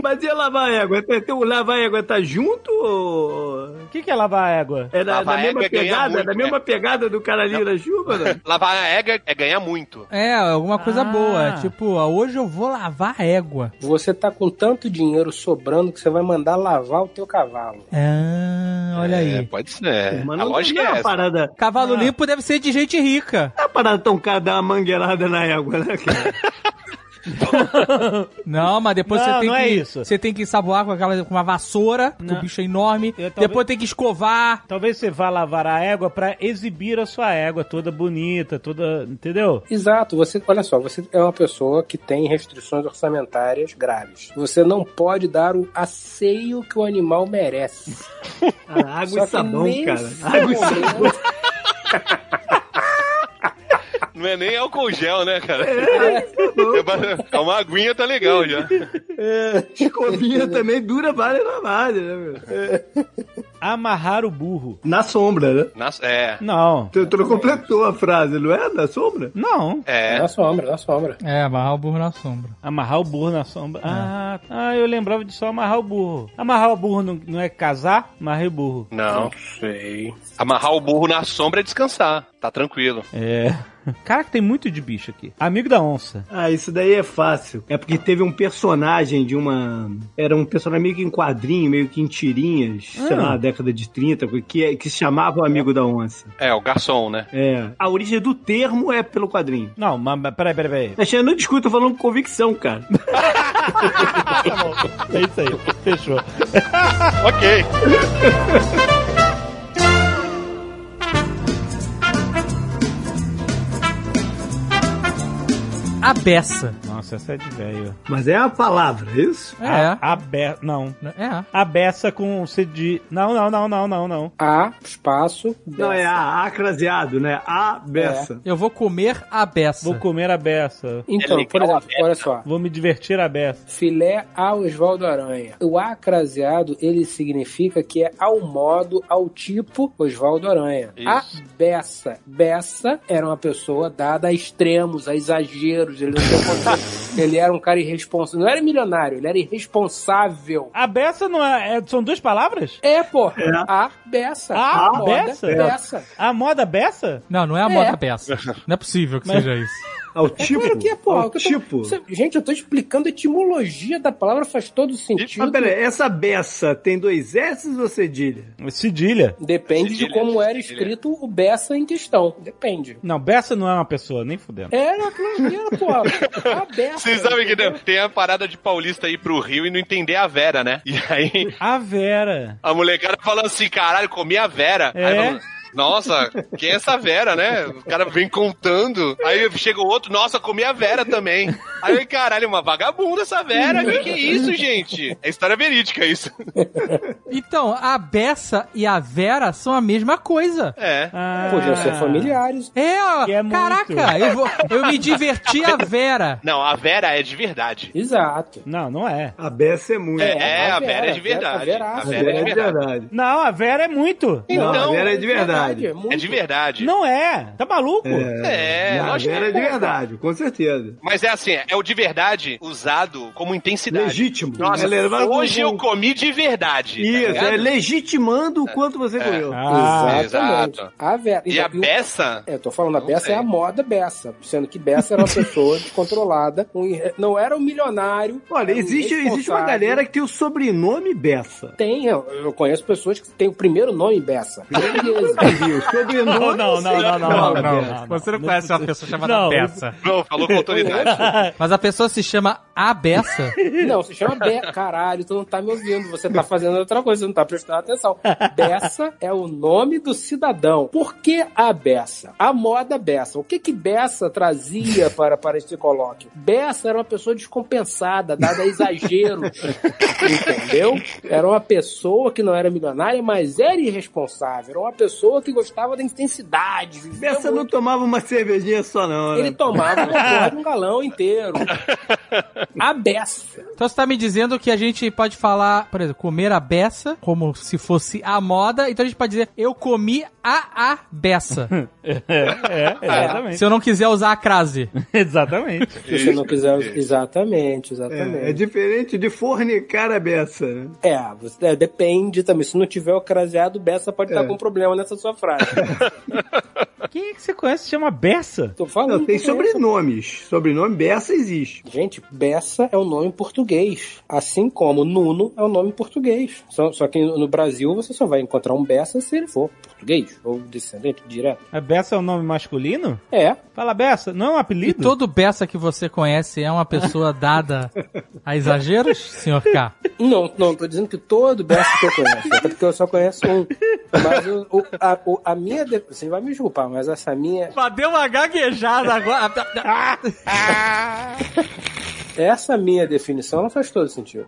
C: Mas e a lavar a égua? Tem- tem O lavar a égua tá junto ou...
A: O que, que é lavar a égua?
C: É da,
B: Lavar
C: da
B: a
C: mesma
B: égua ganha
C: pegada?
B: muito,
C: da mesma pegada do caralhinho na chuva, né?
B: Lavar a égua é ganhar muito.
E: É, alguma coisa
A: Ah.
E: boa. Tipo, ó, hoje eu vou lavar a égua.
D: Você tá com tanto dinheiro sobrando que você vai mandar lavar o teu cavalo.
E: Ah, olha
B: É,
E: aí.
B: pode ser.
C: Mas
B: a
C: não
B: lógica
C: não
B: é
C: é uma
B: essa.
C: parada...
E: Cavalo
A: Ah.
E: limpo deve ser de gente rica.
C: Não é uma parada tão cara dar uma mangueirada na égua, né, cara?
B: [LAUGHS]
E: Não, mas depois
A: Não,
E: você tem
A: não
E: que.
A: é isso.
E: Você tem que saboar com aquela com uma vassoura, porque
A: Não.
E: o bicho é enorme.
A: Eu talvez-
E: Depois tem que escovar.
A: Talvez você vá lavar a égua pra exibir a sua égua toda bonita, toda. Entendeu?
D: Exato, você, olha só, você é uma pessoa que tem restrições orçamentárias graves. Você não pode dar o asseio que o animal merece.
C: Ah, água e
D: Só que
C: sabão,
D: nesse
C: cara. Água e sabão.
D: momento-
B: Não é nem álcool gel, né, cara? [LAUGHS] É uma aguinha, tá legal já.
C: Escovinha também dura várias lavadas, né, meu?
A: Amarrar o burro.
C: Na sombra, né?
B: Na- é.
A: Não.
C: Tu, tu não completou a frase, não é? Na sombra?
A: Não.
B: É.
D: Na sombra, na sombra.
E: É, amarrar o burro na sombra.
A: Amarrar o burro na sombra. Ah, ah, eu lembrava de só amarrar o burro. Amarrar o burro não, não é casar? Amarrei o [LAUGHS] burro.
B: Não.
D: Sei.
B: Amarrar o burro na sombra é descansar. Tá tranquilo.
A: É. Caraca, tem muito de bicho aqui. Amigo da onça.
C: Ah, isso daí é fácil. É porque teve um personagem de uma. Era um personagem meio que em quadrinho, meio que em tirinhas, sei
A: Ah.
C: lá, década de 30, que, é- que se chamava o Amigo da Onça.
B: É, o garçom, né?
C: É. A origem do termo é pelo quadrinho.
A: Não, mas mas peraí, peraí, peraí.
C: Mas eu não discuto, tô falando com convicção, cara.
A: É isso aí. Fechou.
B: Ok.
E: A beça.
A: Nossa, essa é de velho.
C: Mas é a palavra, é isso?
E: É.
A: A, abe... Não.
E: É.
A: A beça com C de. Não, não, não, não, não, não.
D: A, espaço, beça.
C: Não, é a, acraseado, né? A beça.
E: Eu vou comer a beça.
A: Vou comer a beça.
D: Então,
B: É legal
D: por
B: a
D: exemplo,
B: beça.
D: olha só.
A: Vou me divertir a beça.
D: Filé ao Oswaldo Aranha. O acraseado, ele significa que é ao modo, ao tipo Oswaldo Aranha.
B: Isso.
D: A Beça. Beça era uma pessoa dada a extremos, a exageros. Ele, não
B: [LAUGHS]
D: tinha controle. ele era um cara irresponsável. Não era milionário, ele era irresponsável.
A: A beça não é. é- São duas palavras?
D: É, porra. A Beça.
B: Ah,
A: A
D: moda, é
A: beça?
D: Beça.
A: A moda beça?
E: Não, não é a
D: É.
E: moda beça. Não é possível que
A: Mas-
E: seja isso.
C: Ao
D: É
C: tipo.
D: claro que é, porra.
C: Ao
D: Eu tô-
C: tipo.
D: Cê- Gente, eu tô explicando a etimologia da palavra, faz todo
C: Mas
B: é
D: sentido.
C: pera, aí, essa beça tem dois S's ou cedilha?
A: Cedilha.
D: Depende de
B: Cedilha,
D: como era
B: cedilha.
D: escrito o Beça em questão. Depende.
A: Não, beça não é uma pessoa, nem fudendo.
D: Era, claro que era, pô. É. A Beça.
B: Vocês sabem que não- tem a parada de paulista ir pro Rio e não entender a Vera, né? E aí
A: A Vera.
B: a molecada falando assim, caralho, comi a Vera.
A: É?
B: Aí fala, nossa, quem é essa Vera, né? O cara vem contando. Aí chega o outro, nossa, comi a Vera também. Aí, caralho, uma vagabunda essa Vera. Que que é isso, gente? É história verídica isso.
E: Então, a beça e a vera são a mesma coisa.
B: É.
A: Ah,
D: Podiam ser familiares.
E: É, ó,
A: Que é muito.
E: caraca, eu, vou, eu me diverti a vera.
B: Não, a Vera é de verdade.
D: Exato.
A: Não, não é.
C: A beça é muito.
B: É,
D: a
B: a Vera é de
D: Vera, a
B: verdade.
D: Vera,
B: A
D: a
C: A
B: Vera é de verdade.
C: verdade.
A: Não, a Vera é muito.
C: Não, a
B: Então,
C: Vera é de verdade.
D: muito.
B: É de verdade.
A: Não é. Tá maluco?
B: É,
C: Não, a
B: lógico que
C: Vera é de verdade, com certeza.
B: Mas é assim, é o de verdade usado como intensidade.
C: Legítimo.
B: Nossa,
C: É levado
B: hoje
C: como-
B: eu comi de verdade. tá
C: Isso,
B: ligado? É.
C: é legitimando o quanto você comeu.
A: Ah,
D: Exatamente.
B: exato.
D: A Vera.
B: E a
D: o-
B: peça?
D: É, eu tô falando, a
B: Não
D: Beça
B: sei.
D: é a moda Beça. Sendo que Beça era uma
B: [LAUGHS]
D: pessoa descontrolada. um irre- não era um milionário.
C: Olha,
D: era um
C: existe, existe uma
D: irresponsável.
C: galera que tem o sobrenome Beça.
D: Tem, eu, eu conheço pessoas que têm o primeiro nome Beça. Beleza.
C: Viu? Sobrenome.
A: Não, não, não, não, não, não, não, não.
E: Você não conhece uma pessoa chamada
A: Não.
E: beça.
B: Não, falou com autoridade.
C: [LAUGHS]
E: Mas a pessoa se chama a beça?
D: Não, se chama Beça. Caralho, tu não tá me ouvindo, você tá fazendo outra coisa, você não tá prestando atenção. Beça é o nome do cidadão. Por que a Beça? A moda Beça. O que que Beça trazia para, para este colóquio? Beça era uma pessoa descompensada, dada a exageros. entendeu? Era uma pessoa que não era milionária, mas era irresponsável. Era uma pessoa que gostava da intensidade. vivia
C: Beça
D: muito.
C: não tomava uma cervejinha só, não.
D: Ele
C: Né?
D: tomava uma porra de um galão inteiro. A Beça.
E: Então você tá me dizendo que a gente pode falar, por exemplo, comer a beça, como se fosse a moda. Então a gente pode dizer, eu comi a a beça.
A: [LAUGHS] É, [LAUGHS] exatamente.
E: se eu não quiser usar a crase.
A: [LAUGHS] Exatamente.
D: Se você não quiser. Exatamente,
C: É, é
D: exatamente.
C: diferente de fornicar a beça. né?
D: É, você- é, depende também. Se não tiver o craseado, Bessa pode
C: É.
D: estar com problema nessa sua frase.
C: [LAUGHS]
A: Quem é que você conhece que se chama Beça?
D: Tô falando.
C: Não, tem
D: que
C: sobrenomes. Sobrenome Beça existe.
D: é. Gente, Bessa é o nome português. Assim como Nuno é o nome português. Só, só que no Brasil você só vai encontrar um Bessa se ele for português ou descendente direto.
A: A Beça é um nome masculino?
D: É,
A: Fala Beça, não é um
E: E
A: apelido?
E: todo beça que você conhece é uma pessoa dada a exageros, senhor K?
D: Não, não, tô dizendo que todo Bessa que eu conheço, até porque eu só conheço um. Mas o, o- a, o- a minha. de- Você vai me desculpar, mas essa minha.
E: Mas deu uma gaguejada agora.
D: [LAUGHS] Essa minha definição não faz todo sentido.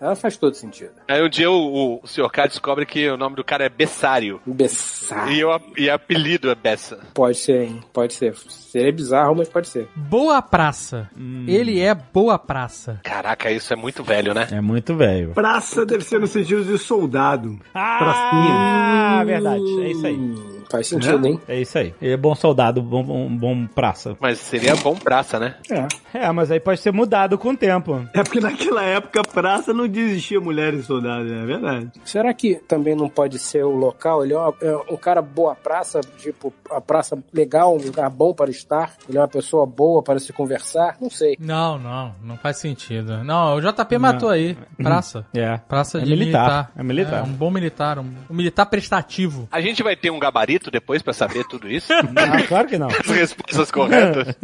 D: Ela faz todo sentido.
B: Aí um dia o, o, o senhor K descobre que o nome do cara é Bessário.
D: Bessar.
B: E, o, e apelido é Bessa.
D: Pode ser, hein? Pode ser. Seria bizarro, mas pode ser.
E: Boa praça.
A: Hum.
E: Ele é boa praça.
B: Caraca, isso é muito velho, né?
A: É muito velho.
C: Praça deve ser no sentido de soldado.
A: Ah, verdade. É isso aí.
D: Faz sentido, hein?
A: É isso aí. Ele é bom soldado, bom, bom, bom praça.
B: Mas seria bom praça, né?
A: É, mas aí pode ser mudado com o tempo.
C: É porque naquela época praça não desistia mulheres soldadas, é verdade.
D: Será que também não pode ser o local? Ele é, uma- é um cara boa praça, tipo, a praça legal, um lugar bom para estar. Ele é uma pessoa boa para se conversar.
C: [LAUGHS]
D: Não sei.
E: Não, não, não faz sentido. Não, o JP matou aí. Praça.
A: É.
E: Praça
A: É
E: de
A: militar,
E: militar.
A: é militar.
E: um bom militar, um, um militar prestativo.
B: A gente vai ter um gabarito depois pra saber tudo isso?
C: [LAUGHS]
A: Ah, claro que não.
B: As respostas corretas.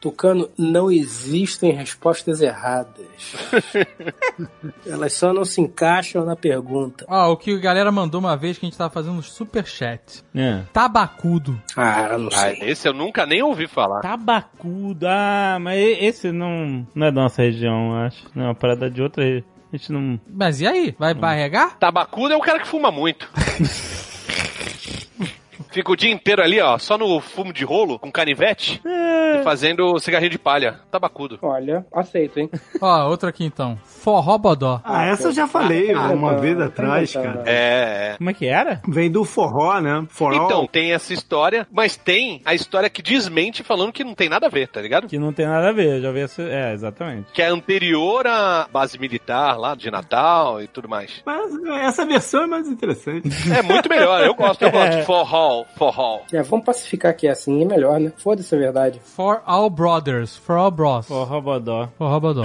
D: Tucano, não existem respostas
C: [LAUGHS]
D: erradas. Elas só não se encaixam na pergunta.
E: Ó, o que a galera mandou uma vez que a gente tava fazendo um superchat.
A: É.
E: Tabacudo.
D: Ah, não
B: Ah,
D: sei.
B: esse eu nunca nem ouvi falar.
A: Tabacudo. Ah, mas e- esse não, não é da nossa região, eu acho. Não, é uma parada de outra. re- A gente não.
E: Mas e aí? Vai barregar?
B: Tabacudo é o cara que fuma muito. Fica o dia inteiro ali, ó, só no fumo de rolo, com canivete, e fazendo cigarrinho de palha. Tabacudo.
D: Olha, aceito, hein?
E: Ó, outro aqui então. Forró Bodó.
C: Ah, essa eu já falei Ah, uma
D: tá,
C: vez
D: tá,
C: atrás,
D: tá, tá.
C: cara.
B: É, é.
A: Como é que era?
C: Vem do forró, né? Forró.
B: Então, tem essa história, mas tem a história que desmente falando que não tem nada a ver, tá ligado?
A: Que não tem nada a ver, já vi essa. É, exatamente.
B: Que é anterior à base militar lá de Natal e tudo mais.
C: Mas essa versão é mais interessante.
B: É muito melhor, eu gosto, eu [LAUGHS] gosto. Forró, forró.
D: É, vamos pacificar que é assim, é melhor, né? Foda-se a verdade.
E: For All Brothers. For All Bros.
A: Ó, Robodó.
E: Forró Bodó.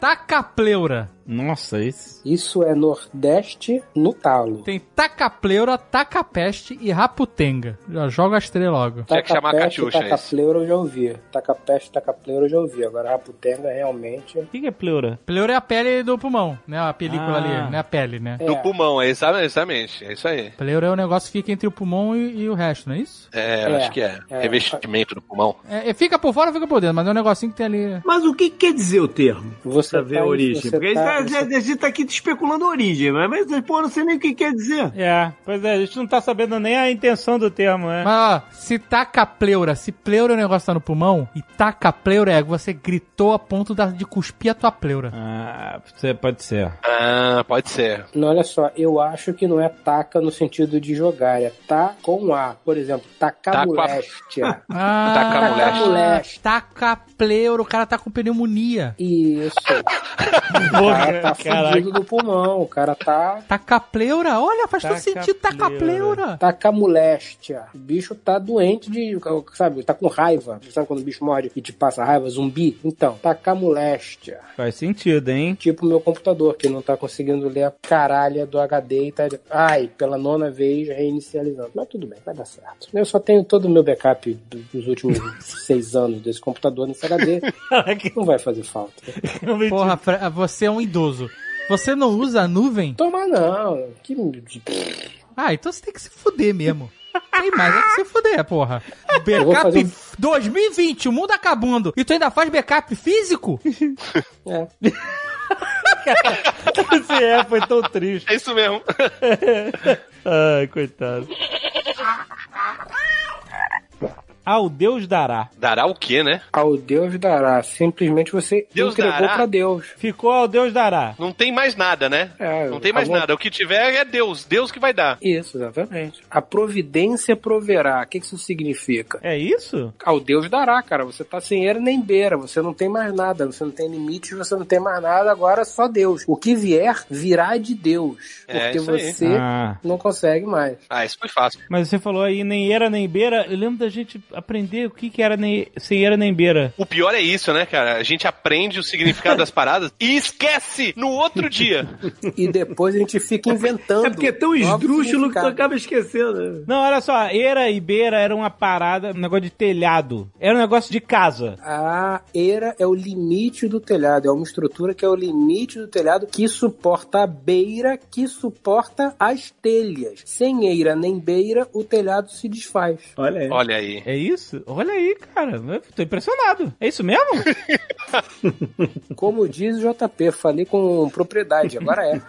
E: Tacapleura.
A: Nossa, isso.
D: Isso é Nordeste no talo.
E: Tem tacapleura, tacapeste e raputenga. Já joga as três logo.
B: Tinha que chamar a Catiuxa, é
D: Taca
B: isso.
D: pleura eu já ouvi. Taca peste, taca pleura eu já ouvi. Agora raputenga realmente.
A: O que, que é pleura?
E: Pleura é a pele do pulmão, né? A película
A: Ah.
E: ali, né? A pele, né?
D: É.
B: Do pulmão, é exa- exatamente, é isso aí.
E: Pleura é o negócio que fica entre o pulmão e, e o resto, não é isso?
B: É, eu
D: É,
B: acho que é.
D: é.
B: Revestimento do pulmão.
E: É, é, fica por fora, fica por dentro, mas é um negocinho que tem ali.
C: Mas o que quer dizer o termo?
D: Você
C: Pra ver a origem. Porque a gente tá- a gente tá aqui especulando a origem, mas, mas pô, eu não sei nem o que quer dizer.
A: É, pois é, a gente não tá sabendo nem a intenção do termo, é.
E: Mas ó, se taca pleura, se pleura é o negócio que tá no pulmão, e taca pleura é que você gritou a ponto da- de cuspir a tua
A: [LAUGHS]
E: pleura.
A: Ah, pode ser, pode ser.
B: Ah, pode ser.
D: Não, olha só, eu acho que não é taca no sentido de jogar, é tá com A. Por exemplo,
B: Tá [LAUGHS]
D: tacamuléstia.
E: Ah,
B: Tacamuleste.
D: Tacamuleste.
E: Taca pleura, o cara tá com pneumonia.
D: Isso. O cara
A: Porra,
D: tá fudido
A: caraca.
D: do pulmão, o cara tá
E: Taca pleura, olha, faz todo
A: Tacapleura.
E: sentido, taca pleura.
A: Tá
D: tacamuléstia. O bicho tá doente de, sabe, tá com raiva. Sabe quando o bicho morde e te passa raiva, zumbi? Então, tacamuléstia.
A: Faz sentido, hein?
D: Tipo meu computador, que não tá conseguindo ler a caralha do HD e tá. Ai, pela nona vez reinicializando. Mas tudo bem, vai dar certo. Eu só tenho todo o meu backup do-
B: [LAUGHS]
D: dos últimos seis anos desse computador nesse HD. não vai fazer falta.
E: Porra, Fre- você é um idoso. Você não usa a nuvem?
D: Toma não. Que.
E: Ah, então você tem que se fuder mesmo. Tem mais é que se fuder, porra.
D: vou
E: Backup
D: fazer um-
E: 2020, o mundo acabando. E tu ainda faz
A: [LAUGHS]
E: backup físico?
D: É.
A: Esse é, foi tão triste.
B: É isso mesmo.
A: Ai, coitado. Ah, o Deus dará.
B: Dará o quê, né?
D: Ao Deus dará. Simplesmente você
B: Deus
D: entregou
B: dará?
D: pra Deus.
A: Ficou ao Deus dará.
B: Não tem mais nada, né?
D: É,
B: não tem mais
D: acabou.
B: nada. O que tiver é Deus. Deus que vai dar.
D: Isso, exatamente. A providência proverá. O que que isso significa?
A: É isso?
D: Ao Ah, Deus dará, cara. Você tá sem era nem beira, você não tem mais nada, você não tem limite, você não tem mais nada, agora é só Deus. O que vier, virá de Deus.
B: É,
D: Porque
B: isso aí.
D: você
A: Ah.
D: não consegue mais.
B: Ah, isso foi fácil.
A: Mas você falou aí nem era nem beira. Eu lembro da gente aprender o que, que era nem, sem era nem beira.
B: O pior é isso, né, cara? A gente aprende o significado das paradas e esquece no outro
C: [LAUGHS]
B: dia.
D: E depois a gente fica inventando.
C: É porque é tão
D: novos
C: esdrúxulo que tu
D: significados.
C: acaba esquecendo. né?
A: Não, olha só, era e beira era uma parada, um negócio de telhado. Era um negócio de casa.
D: A era é o limite do telhado, é uma estrutura que é o limite do telhado que suporta a beira, que suporta as telhas. Sem eira nem beira, o telhado se desfaz.
C: Olha aí.
B: Olha aí.
A: É isso? Olha aí, cara. Eu tô impressionado. É isso mesmo?
D: Como diz o JP, falei com propriedade, agora é.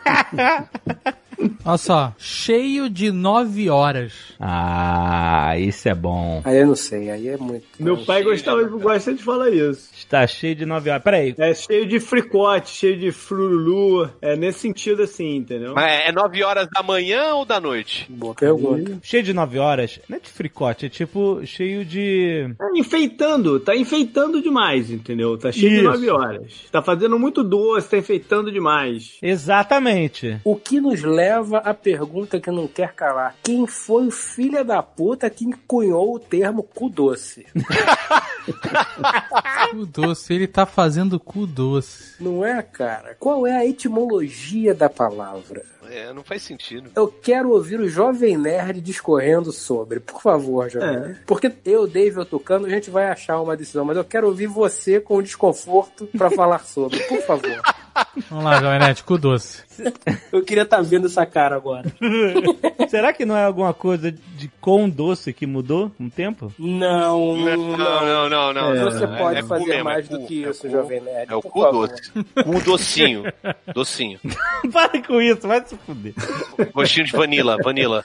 E: Olha só, cheio de 9 horas.
H: [LAUGHS] Ah, isso é bom.
D: Aí eu não sei, aí é muito.
C: Meu pai gostava, gosta de falar isso.
A: Está cheio de 9 horas. Peraí.
C: É cheio de fricote, cheio de frululu. É nesse sentido assim, entendeu?
B: Mas é 9 horas da manhã ou da noite?
D: Boa pergunta.
A: Cheio de 9 horas, não é de fricote, é tipo cheio de.
C: Tá enfeitando, tá enfeitando demais, entendeu? Tá cheio de
A: Isso.
C: 9 horas. Tá fazendo muito doce, tá enfeitando demais.
A: Exatamente.
D: O que nos leva à pergunta que não quer calar: quem foi o filho da puta que cunhou o termo cu [LAUGHS] doce?
E: Cu doce, ele tá fazendo cu doce.
D: Não é, cara? Qual é a etimologia da palavra?
B: É, não faz sentido.
D: Eu quero ouvir o Jovem Nerd discorrendo sobre. Por favor, Jovem Nerd. Porque eu, David, eu Tucano, a gente vai achar uma decisão, mas eu quero ouvir você com desconforto pra falar sobre. Por favor.
E: Vamos lá, Jovem Nerd, cu doce.
D: [LAUGHS] Eu queria estar vendo essa cara agora.
A: Será que não é alguma coisa de com doce que mudou com o tempo?
D: Não,
B: Não, não, não, não.
C: É,
B: não,
D: Você
B: não,
D: pode
B: cu
D: fazer
B: mesmo,
D: mais
B: é
D: do
B: cu,
D: que
B: é
D: isso,
B: cu.
D: Jovem Nerd.
B: É o
D: por
B: cu
D: favor.
B: doce. Cu
D: [LAUGHS]
B: docinho. Docinho.
A: [LAUGHS] Para com isso, vai se fuder.
B: Gostinho de vanila, vanila.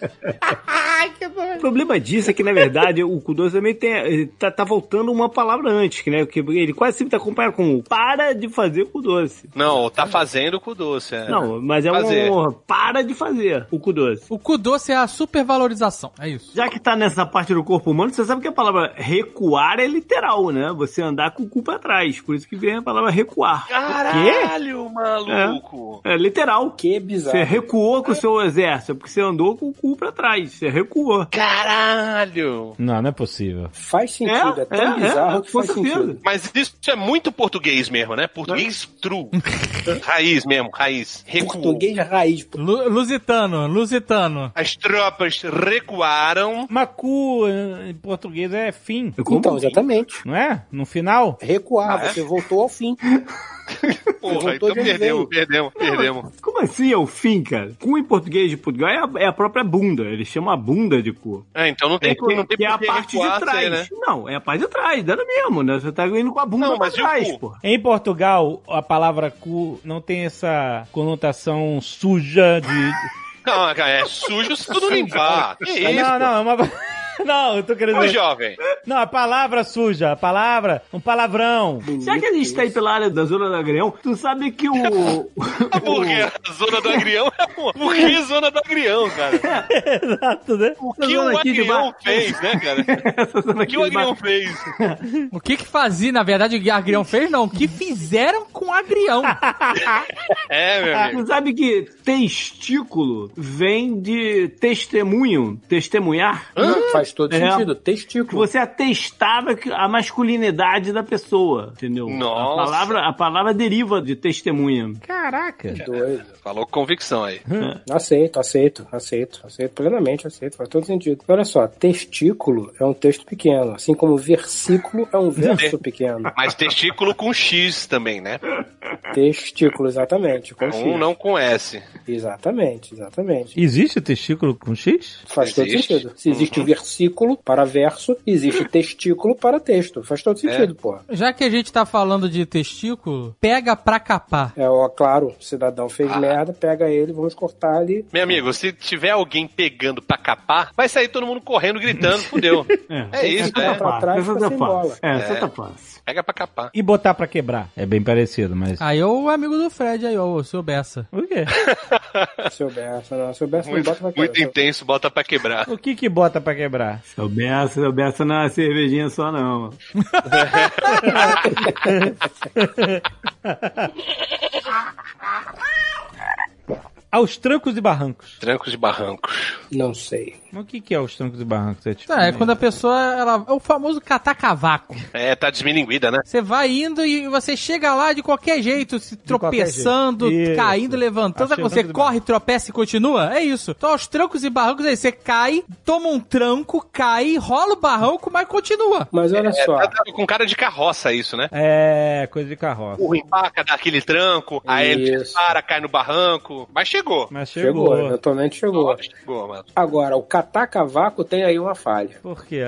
C: O problema disso é que, na verdade, o cu doce também tem, ele tá, tá voltando uma palavra antes, né? Porque ele quase sempre tá acompanhado com o para de fazer cu doce.
B: Não, tá fazendo cu doce. É.
C: Não, mas é
B: Fazer.
C: uma honra. Para de fazer o cu doce.
E: O cu doce é a supervalorização, é isso.
C: Já que tá nessa parte do corpo humano, você sabe que a palavra recuar é literal, né? Você andar com o cu pra trás. Por isso que vem a palavra recuar.
B: Caralho, maluco.
C: É literal.
D: Que
C: Você
D: bizarro.
C: recuou com o seu exército, é porque você andou com o cu pra trás. Você recuou.
B: Caralho.
A: Não, não é possível.
D: Faz sentido, é, tão bizarro que
C: com
D: faz
C: certeza.
D: sentido.
B: Mas isso é muito português mesmo, né? Português true. Raiz mesmo, raiz. Recuou.
D: Português raiz. pô.
E: Lu- Lusitano, Lusitano.
B: As tropas recuaram.
A: Macu eh, em português é fim,
C: Como?
B: um
D: Então, exatamente.
A: não é? No final?
D: Recuar, você voltou ao
B: [LAUGHS]
D: fim.
B: Porra,
D: Voltou
B: então
D: de onde
B: perdemos,
D: veio.
B: perdemos, perdemos.
C: Como assim é o fim, cara? Cu em português de Portugal é a, é a própria bunda. Eles chamam a bunda de cu.
B: Ah, então não tem,
C: É,
B: não tem
C: que é a
B: por que
C: parte
B: recuar,
C: de trás.
B: sei, né?
C: Não, é a parte de trás, dando mesmo, né? Você tá indo com a bunda
B: Não,
C: pra
B: mas e o
C: trás,
B: cu?
C: porra.
A: Em Portugal, a palavra cu não tem essa conotação suja de.
B: Não, cara, é sujo se tu não limpar. Que isso?
A: não, não, é uma. [LAUGHS] Não, eu tô querendo
B: Ô,
A: dizer.
B: jovem.
A: Não, a palavra suja, a palavra, um
B: [LAUGHS]
A: palavrão.
C: Já que a gente tá aí pela área da Zona do Agrião, tu sabe
B: [LAUGHS]
C: que É o.
B: Hambúrguer, zona do agrião é
C: [LAUGHS]
B: uma. Por que zona do agrião, cara?
A: Exato, né?
B: O
C: Essa
B: que um o
C: zona aqui de
B: agrião
C: baixo.
B: fez, né,
C: [LAUGHS]
B: cara? O que o agrião fez?
E: O que que fazia, na verdade, o Agrião fez? Não, o que fizeram com o Agrião?
B: É, meu amigo.
C: Tu sabe que testículo vem de testemunho, testemunhar?
D: Faz todo
C: É.
D: sentido.
C: Que
D: Testículo.
C: Tipo, você atestava que- a masculinidade da pessoa, entendeu?
B: Nossa.
C: A palavra, a palavra deriva de testemunha.
A: Caraca.
D: Doido.
B: Falou com convicção aí.
D: Aceito, aceito, aceito, aceito plenamente, aceito, faz todo sentido. Olha só, testículo é um texto pequeno, assim como versículo é um verso pequeno.
B: Mas testículo com X também, né?
D: Testículo, exatamente, com
B: Um
D: X.
B: não com S.
D: Exatamente, exatamente.
A: Existe testículo com X?
D: Faz todo
B: Existe. Uhum.
D: sentido. Se existe versículo para verso,
B: [CLEARS THROAT]
D: existe testículo para texto. Faz
B: É.
D: todo sentido, pô.
E: Já que a gente tá falando de testículo, pega pra capar.
D: É, ó, claro, o cidadão fez
B: Ah.
D: merda, pega ele, vamos cortar
B: [LAUGHS]
D: ali.
B: Meu amigo, se tiver alguém pegando pra capar, vai sair todo mundo correndo, gritando, fudeu. É isso,
D: é.
B: né?
D: Pra trás,
C: Essa
D: fica
C: tá
D: sem bola.
C: fácil. É, essa tá fácil.
B: Pega pra capar.
A: E botar pra quebrar. É bem parecido, mas.
E: Aí é o amigo do Fred aí, ó, o seu Bessa.
A: O quê?
D: Seu Bessa, não, seu Bessa não
B: Muito,
D: bota pra
B: muito
D: cara.
B: intenso, bota pra quebrar.
A: O que que bota pra quebrar?
C: Se eu beça, se eu beça não é uma cervejinha só, não.
A: Aos trancos e barrancos.
B: Trancos e barrancos.
D: Não sei.
A: Mas o que que é os trancos e barrancos? É tipo...
E: Tá, é quando a pessoa, ela, é o famoso catar cavaco.
B: É, tá desmininguida, né?
E: Você vai indo e você chega lá de qualquer jeito, se tropeçando,
A: qualquer jeito.
E: caindo,
A: Isso.
E: levantando.
A: Achei
E: Você
A: muito
E: corre, tropeça e continua? É isso. Então, aos trancos e barrancos aí, você cai, toma um tranco, cai, rola o barranco, mas continua.
D: Mas olha
B: É,
D: só.
B: tá, tá com cara de carroça isso, né?
A: É, coisa de carroça.
B: O empaca, dá aquele tranco, aí ele
D: Isso.
B: para, cai no barranco. Mas chegou.
A: Mas chegou.
D: Chegou, eventualmente chegou.
B: Chegou, mano.
D: Agora, o catar cavaco tem aí uma falha.
A: Por quê?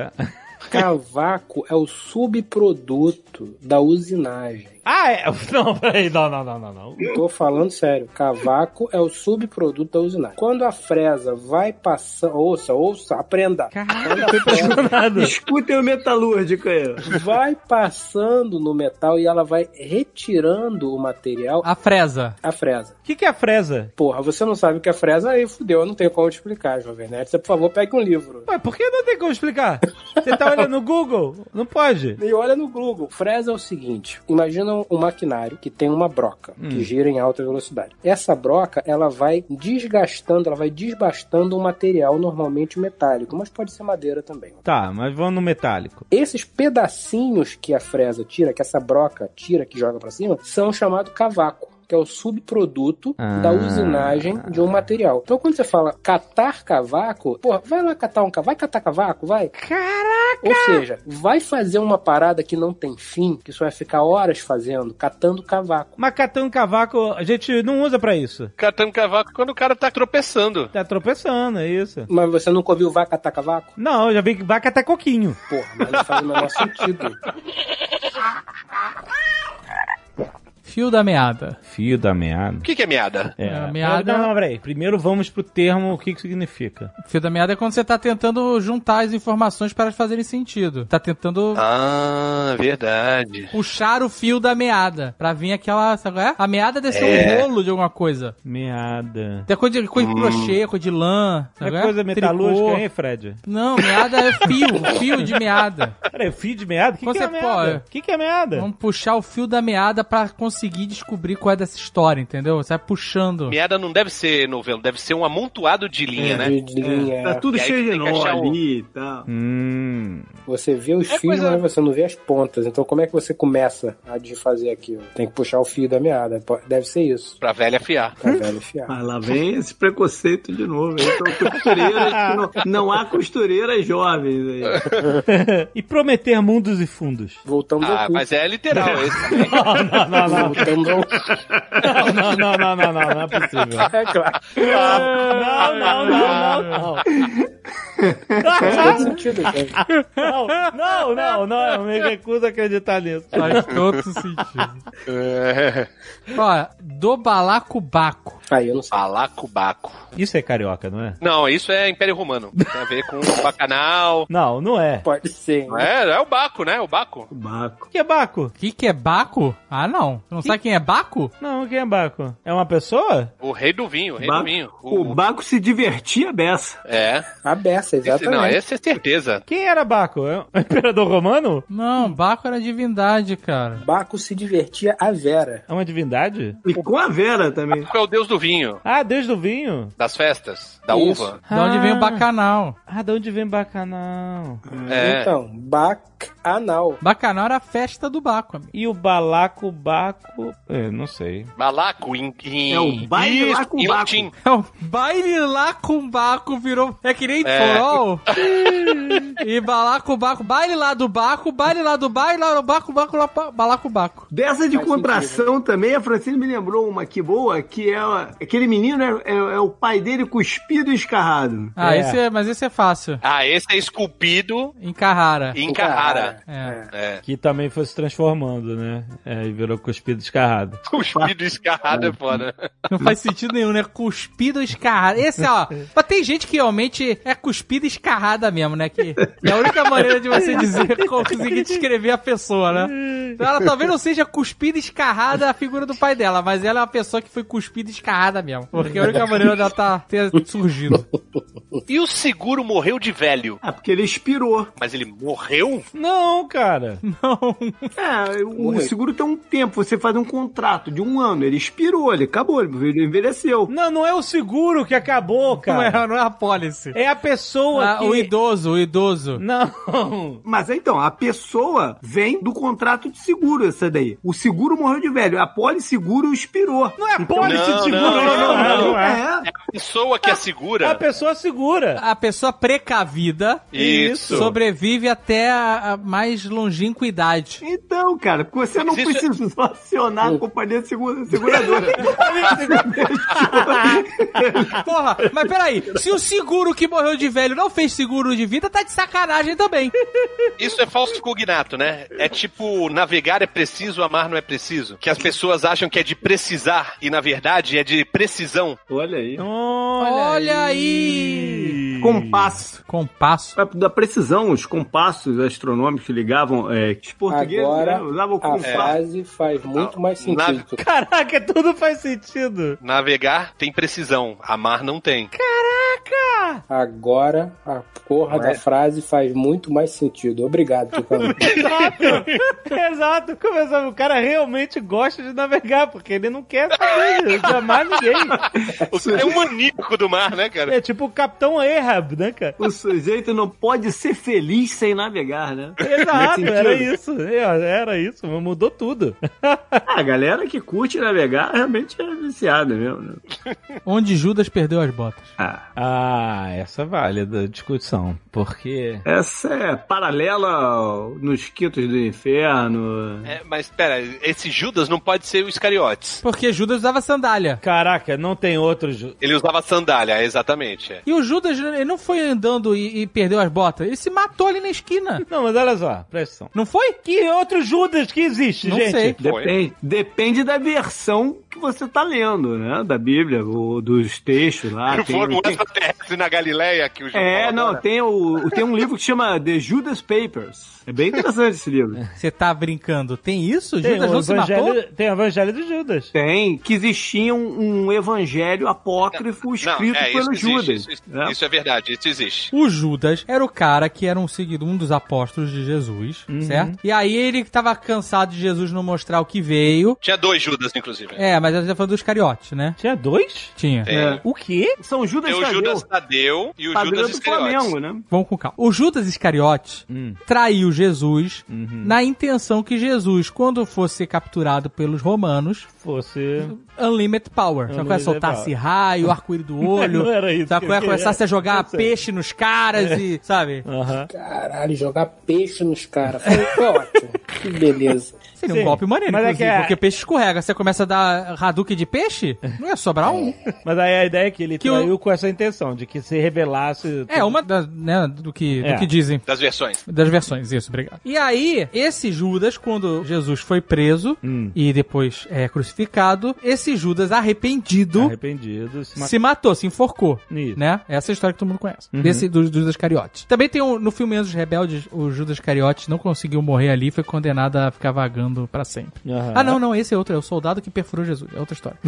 D: Cavaco é o subproduto da usinagem.
A: Ah, é. [LAUGHS] Não, peraí, não, não, não, não, não.
D: Tô falando sério. Cavaco é o subproduto da usinagem. Quando a fresa vai passando. Ouça, ouça, aprenda. Quando a fresa
A: Nada.
C: Escutem o metalúrgico aí.
D: vai passando no metal e ela vai retirando o material,
E: A fresa.
D: a fresa.
A: O que, que é a fresa?
D: Porra, você não sabe o que é fresa? Aí fudeu, eu não tenho como te explicar, Jovem Nerd. Você, por favor, pegue um livro.
A: Ué, por que não tem como explicar? Você tá olhando no Google? Não pode.
D: E olha no Google. Fresa é o seguinte: imagina um maquinário que tem uma broca que gira em alta velocidade. Essa broca ela vai desgastando, ela vai desbastando um material normalmente metálico, mas pode ser madeira também.
A: Tá, mas vamos no metálico.
D: Esses pedacinhos que a fresa tira, que essa broca tira, que joga pra cima, são chamados cavaco. Que é o subproduto da usinagem de um material. Então, quando você fala catar cavaco, porra, vai lá catar um cavaco, vai catar cavaco, vai. Ou seja, vai fazer uma parada que não tem fim, que só vai ficar horas fazendo, catando cavaco.
A: Mas catando cavaco, a gente não usa pra isso.
B: Catando cavaco quando o cara tá tropeçando.
A: Tá tropeçando, é isso.
D: Mas você nunca ouviu vai catar cavaco?
A: Não, eu já vi que vai catar coquinho.
D: Porra, mas não faz o menor sentido.
E: Fio da meada.
H: Fio da meada.
B: O que, que é meada?
A: É,
E: A meada-
A: Não, não, peraí. Primeiro vamos pro termo, o que que significa.
E: Fio da meada é quando você tá tentando juntar as informações para elas fazerem sentido. Tá tentando
B: Ah, verdade.
E: puxar o fio da meada. Pra vir aquela. Sabe qual é? A meada deve ser
B: É.
E: um rolo de alguma coisa.
A: Meada.
E: Tem coisa de, coisa de
B: Hum.
E: crochê, coisa de lã.
A: É
E: sabe qual
A: coisa metalúrgica,
E: Tricô.
A: hein, Fred?
E: Não, meada é fio, fio de meada.
A: Peraí, fio de meada? O que,
E: Você
A: que é meada?
E: pode-
A: O que, que [LAUGHS] é meada?
E: Vamos puxar o fio da meada pra conseguir descobrir qual é dessa história, entendeu? Você vai puxando.
B: Meada não deve ser novelo, deve ser um amontoado de
C: É.
B: linha, né?
D: De, de linha.
C: Tá tudo
B: E aí
C: cheio de
B: tem que
C: nó
B: achar um- o-
C: ali e tal.
H: Hum.
D: Você vê os
B: É
D: fios,
B: coisa-
D: mas você não vê as pontas. Então, como é que você começa a desfazer aquilo? Tem que puxar o fio da meada. Po- Deve ser isso.
B: Pra velha afiar.
D: Pra velho fiar.
C: Mas lá vem esse preconceito de novo. hein? Então, costureiras que não, não há costureiras jovens aí.
B: [LAUGHS]
A: E prometer mundos e fundos.
D: Voltamos ao
B: Ah,
D: cu.
B: mas é literal esse também.
A: Não, não, não.
D: Voltamos ao
A: Não,
B: [LAUGHS]
A: não, não, não, não, não é possível.
D: É claro.
A: Não, não, não, não, não.
D: Faz todo sentido, cara.
A: Não, não, não, não, eu me recuso a acreditar nisso.
E: Faz todo sentido. Ó, do balacobaco.
D: Aí eu não sei.
B: Balacobaco.
A: Isso é carioca, não é?
B: Não, isso é Império Romano. Tem a ver com o bacanal.
A: Não, não é.
D: Pode ser.
B: Não É, é o Baco, né? O Baco.
C: Baco.
A: O que é Baco?
E: O que, que é Baco? Ah, não. Você não sabe quem é Baco?
A: Não, quem é Baco? É uma pessoa?
B: O rei do vinho, o rei do
C: Baco-
B: vinho.
C: o Baco se divertia beça.
B: É.
D: A beça,
B: Esse, não,
D: exatamente.
B: esse é certeza.
A: Quem era Baco? É o imperador romano?
E: Não, Baco era divindade, cara.
D: Baco se divertia a vera.
A: É uma divindade?
C: E com a Vera também.
B: Baco é o deus do vinho,
A: Ah, deus do vinho.
B: das festas, da
D: Isso.
B: uva.
E: Da onde vem
A: Ah.
E: o bacanal?
A: Ah, de onde vem bacanal?
B: É.
D: Então, bacanal.
E: Bacanal era a festa do Baco, amigo.
A: E o balaco baco? É, não sei.
B: Balaco em, em-
C: É o baile
B: Isso,
C: lá com
B: em
C: Baco.
B: latim.
E: É o baile lá com Baco virou. É que nem
B: É.
E: forol. e balacobaco, baile lá do Baco, baile lá do baile lá do Baco, Baco lá pa- balacobaco.
C: Dessa de
D: Faz
C: contração também, a Francine me lembrou uma que boa, que é aquele menino é, é- é o pai dele cuspido e escarrado.
E: Ah,
A: É.
E: esse é, mas esse é fácil.
B: Ah, esse é esculpido
E: Em Carrara.
C: Ah.
B: em [LAUGHS] Carrara.
E: É.
B: É.
A: Que também foi se transformando, né? É, e virou cuspido descarrado.
B: Cuspido escarrado é foda.
E: Não faz sentido nenhum, né? Cuspido escarrado. Esse, ó. Mas tem gente que realmente é cuspida escarrada mesmo, né? Que é a única maneira de você dizer, [LAUGHS] conseguir descrever a pessoa, né? Ela talvez não seja cuspida escarrada a figura do pai dela, mas ela é uma pessoa que foi cuspida escarrada mesmo. Porque é a única maneira dela tá, ter surgido.
B: E o seguro morreu de velho.
C: Ah, porque ele expirou.
B: Mas ele morreu?
A: Não, cara.
C: É, o
D: Morreu.
C: seguro tem um tempo, você faz um contrato de um ano, ele expirou, ele acabou, ele envelheceu.
A: Não, não é o seguro que acabou,
E: Não
A: cara.
E: é, não é a policy.
A: É a pessoa
E: Ah,
A: que...
E: o idoso, o idoso.
A: Não.
C: Mas então, a pessoa vem do contrato de seguro, essa daí. O seguro morreu de velho, a polisseguro expirou. Então,
A: Não é a pólice de
B: Não,
A: seguro.
B: não, não,
A: não, não, não,
C: É,
B: A pessoa que é segura.
A: A pessoa segura.
E: A pessoa precavida
B: Isso.
E: sobrevive até a, a mais longínqua idade.
C: Então, cara, porque você não
B: Isso- é
C: precisou acionar a companhia de segura-
B: [LAUGHS]
C: seguradora.
E: Porra, mas peraí, se o seguro que morreu de velho não fez seguro de vida, tá de sacanagem também.
B: Isso é falso cognato, né? É tipo, navegar é preciso, amar não é preciso. Que as pessoas acham que é de precisar e, na verdade, é de precisão.
C: Olha aí.
B: Então,
A: Olha,
E: Olha aí.
C: Compasso.
E: Compasso.
C: Pra- Da precisão, os compassos astronômicos que ligavam, é, que os portugueses
D: Agora,
C: né, usavam
D: a
C: compasso.
D: frase faz muito mais sentido.
A: Caraca, tudo faz sentido.
B: Navegar tem precisão, amar não tem.
D: Agora, a porra
B: é.
D: da frase faz muito mais sentido. Obrigado,
B: [LAUGHS]
D: Tucano.
A: Exato. Exato. Começando, o cara realmente gosta de navegar, porque ele não quer saber de amar ninguém.
B: O cara é um maníaco do mar, né, cara?
A: É tipo o Capitão Ahab, né, cara?
C: O sujeito não pode ser feliz sem navegar, né? Nesse
A: Exato,
C: sentido.
A: era isso. É, Era isso, mudou tudo. [LAUGHS]
C: Ah, a galera que curte navegar realmente é viciada mesmo. né?
E: Onde Judas perdeu as botas.
C: Ah,
H: Ah, essa é válida discussão. Porque.
C: essa é paralela ao- nos quintos do inferno.
B: É, mas pera, esse Judas não pode ser o Iscariotes.
E: Porque Judas usava sandália.
A: Caraca, não tem outro. Ju-
B: Ele usava sandália, exatamente. é.
E: E o Judas ele não foi andando e, e perdeu as botas. Ele se matou ali na esquina.
A: Não, mas olha só, presta atenção.
E: Não foi?
A: Que outro Judas que existe,
E: Não
A: gente?
E: sei.
C: Depende, depende da versão que você tá lendo, né? Da Bíblia, ou dos
B: [LAUGHS]
C: textos lá. Ah, tem-
B: Foram
C: tem-
B: extraterrestres na Galileia que o João
C: É,
B: fala
C: não,
B: agora.
C: tem, o, tem um livro que chama The Judas Papers. É bem interessante esse [LAUGHS] livro.
E: Você tá brincando. Tem isso?
A: Tem
E: Judas
A: o
E: não se matou?
A: evangelho, tem o evangelho de Judas.
C: Tem, que existia um, um evangelho apócrifo escrito
B: é, isso
C: pelo
B: existe,
C: Judas.
B: Isso, isso-
C: né?
B: isso é verdade, isso existe.
E: O Judas era o cara que era um seguidor, um dos apóstolos de Jesus,
A: Uhum.
E: certo? E aí ele tava cansado de Jesus não mostrar o que veio.
B: Tinha dois Judas, inclusive.
E: É, mas a gente tá falando dos cariotes, né?
A: Tinha dois?
E: Tinha.
B: Tem.
C: É.
A: O quê?
C: São Judas
B: Tem o
C: Tadeu,
B: Judas Tadeu e o
C: padrão
B: Judas
C: é do
B: Iscariotes.
C: Flamengo, né?
E: Vamos com calma. O Judas Iscariote
A: Hum.
E: traiu Jesus
A: Uhum.
E: na intenção que Jesus, quando fosse capturado pelos romanos,
A: Fosse.
E: Unlimited Power. Só que vai
A: Unlimited
E: soltar
A: power.
E: se raio, arco-íris do
A: [LAUGHS]
E: olho.
A: Não era isso
E: Só
A: que
E: que
A: eu
E: vai
A: queria.
E: começar a jogar
A: Eu sei. É.
E: peixe nos caras e, sabe?
A: Aham.
D: Caralho, jogar peixe nos caras. Foi, foi ótimo. Que beleza.
E: Seria
A: Sim.
E: um golpe maneiro,
A: Mas é
E: inclusive,
A: que a-
E: porque peixe escorrega. Você começa a dar Hadouken de peixe, não ia sobrar um.
A: Mas aí a ideia [LAUGHS] é que ele
E: Que o-
A: traiu com essa intenção, de que se revelasse.
E: É, uma da, né, do, que,
A: É.
E: do que dizem.
B: Das versões.
E: Das versões, isso, obrigado. E aí, esse Judas, quando Jesus foi preso e depois é crucificado, esse Judas arrependido
A: Arrependido. se
E: se matou, se enforcou.
A: Isso.
E: Né? Essa é a história que todo mundo conhece. Desse do, do Judas Cariote. Também tem um, no filme Anjos Rebeldes, o Judas Cariote não conseguiu morrer ali, foi condenado a ficar vagando pra sempre.
A: Aham.
E: Ah, não, não, esse é outro, é o soldado que perfurou Jesus. É outra história.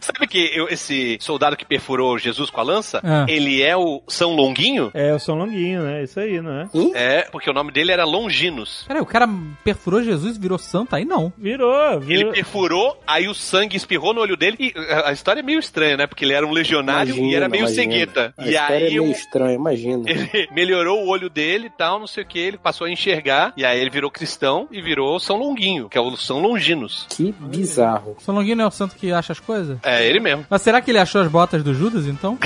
B: Sabe que eu- esse soldado que perfurou Jesus com a lança,
E: Ah.
B: ele é o São Longuinho?
A: É, o São Longuinho, né? Isso aí, não é?
B: É, porque o nome dele era Longinos.
E: Peraí, o cara perfurou Jesus e virou santo? Aí não.
A: Virou,
B: Ele
A: virou.
B: perfurou, aí o sangue espirrou no olho dele. E a- a história é meio estranha, né? Porque ele era um legionário e
D: Imagina,
B: era meio
D: imagina.
B: cegueta.
D: A
B: E
D: história é
B: aí
D: meio
B: o-
D: estranha, imagina.
B: ele [LAUGHS] melhorou o olho dele e tal, não sei o que. Ele passou a enxergar. E aí ele virou cristão e virou São Longuinho, que é o São Longinos.
D: Que bizarro.
E: São Longuinho não é o santo que acha as coisas?
B: É ele mesmo.
E: Mas será que ele achou as botas do Judas, então?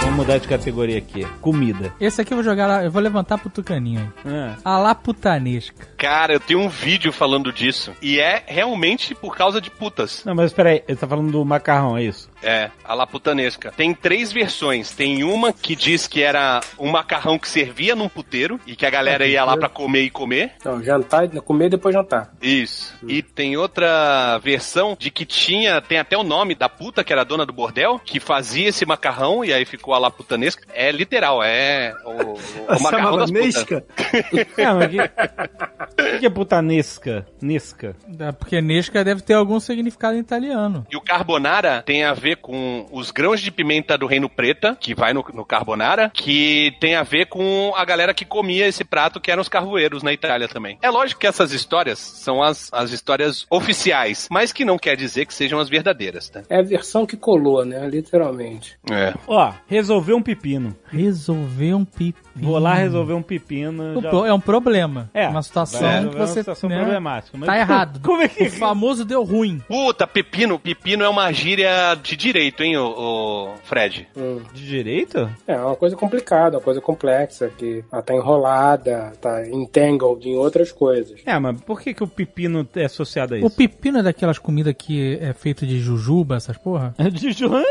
H: Vamos mudar de categoria aqui. Comida.
E: Esse aqui eu vou jogar lá, eu vou levantar pro Tucaninho aí.
A: Ah.
E: A lá putanesca.
B: Cara, eu tenho um vídeo falando disso. E é realmente por causa de putas.
A: Não, mas peraí, ele tá falando do macarrão, é
H: [LAUGHS]
A: isso?
B: É, a laputanesca. Tem três versões. Tem uma que diz que era um macarrão que servia num puteiro e que a galera ia lá pra comer e comer.
D: Não, Então, jantar, comer e depois jantar.
B: Isso. E tem outra versão de que tinha, tem até o nome da puta, que era a dona do bordel, que fazia esse macarrão e aí ficou a laputanesca. É literal, é o, o- o macarrão
C: Chamava
B: das putas.
C: Nesca.
A: É, mas que... que é putanesca? Nesca.
E: Dá- Porque Nesca deve ter algum significado em italiano.
B: E o carbonara tem a ver com os grãos de pimenta do Reino Preta, que vai no, no carbonara, que tem a ver com a galera que comia esse prato, que eram os carvoeiros na Itália também. É lógico que essas histórias são as, as histórias oficiais, mas que não quer dizer que sejam as verdadeiras, tá?
D: É a versão que colou, né? Literalmente.
B: É.
A: Ó, resolveu um pepino.
E: Resolver um pepino.
A: Vou lá resolver um pepino.
E: O
A: já-
E: pro- É um problema.
A: É,
E: Uma situação
A: vai
E: que
A: resolver
E: você.
A: uma situação
E: né,
A: problemática, mas- [LAUGHS]
E: Tá errado.
A: Como é que-
E: O famoso deu ruim.
B: Puta, pepino. Pepino é uma gíria de direito, hein, o, Fred?
D: Hum.
A: De direito?
D: É uma coisa complicada, uma coisa complexa, que ela tá enrolada, tá entangled em outras coisas.
A: É, mas por que, que o pepino é associado a
E: O
A: isso?
E: pepino é daquelas comidas que é feito de jujuba, essas porra?
A: De Johan?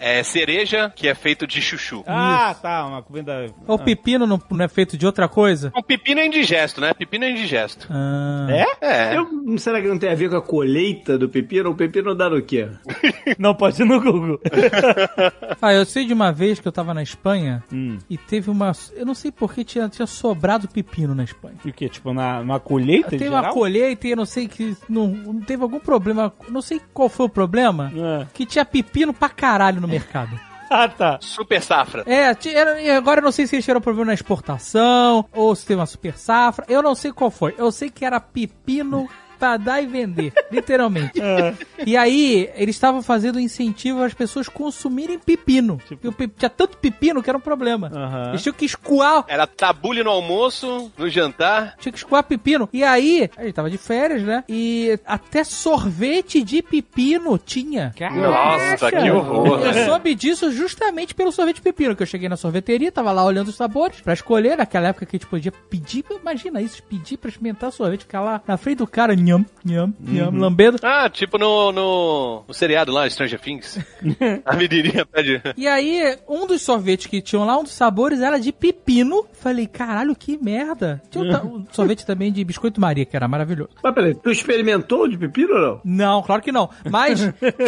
B: É cereja, que é feito de chuchu.
A: Ah, tá, uma comida.
E: O pepino não, não é feito de outra coisa?
B: Um pepino é indigesto, né? Pepino é indigesto.
E: Ah,
A: É?
B: É.
C: Eu- será que não tem a ver com a colheita do pepino? O pepino dá no quê?
A: Não pode ir no Google.
E: Ah, eu sei de uma vez que eu tava na Espanha
A: Hum.
E: e teve uma. Eu não sei por que tinha, tinha sobrado pepino na Espanha.
A: E o quê? Tipo, na, numa colheita?
E: Teve
A: em
E: uma
A: geral?
E: colheita e eu não sei que. Não, não teve algum problema. Não sei qual foi o problema.
A: Ah.
E: Que tinha pepino pra caralho no mercado.
A: Ah, tá.
B: Super safra.
E: [LAUGHS] É, ti- era- e agora eu não sei se eles tiveram problema na exportação ou se teve uma super safra. Eu não sei qual foi. Eu sei que era pepino pra dar e [LAUGHS] vender, literalmente. E aí, eles estavam fazendo incentivo às pessoas consumirem pepino. Porque o pe- tinha tanto pepino que era um problema.
A: Aham.
E: Eles tinham que escoar.
B: Era tabule no almoço, no jantar.
E: Tinha que escoar pepino. E aí, a gente tava de férias, né? E até sorvete de pepino tinha.
B: Nossa, que horror.
E: Eu soube disso justamente pelo sorvete de pepino, que eu cheguei na sorveteria, tava lá olhando os sabores pra escolher, naquela época que a gente podia pedir, imagina isso, pedir pra experimentar sorvete, ficar lá na frente do cara, nham, nham, nham, lambendo.
B: Ah, tipo no, no, no seriado lá, Stranger Things. A menininha tá pede.
E: E aí, um dos sorvetes que tinham lá, um dos sabores era de pepino. Falei, caralho, que merda. Tinha um, ta- um sorvete também de biscoito Maria, que era maravilhoso.
C: Mas peraí, tu experimentou de pepino ou não?
E: Não, claro que não.
A: [LAUGHS]
E: Mas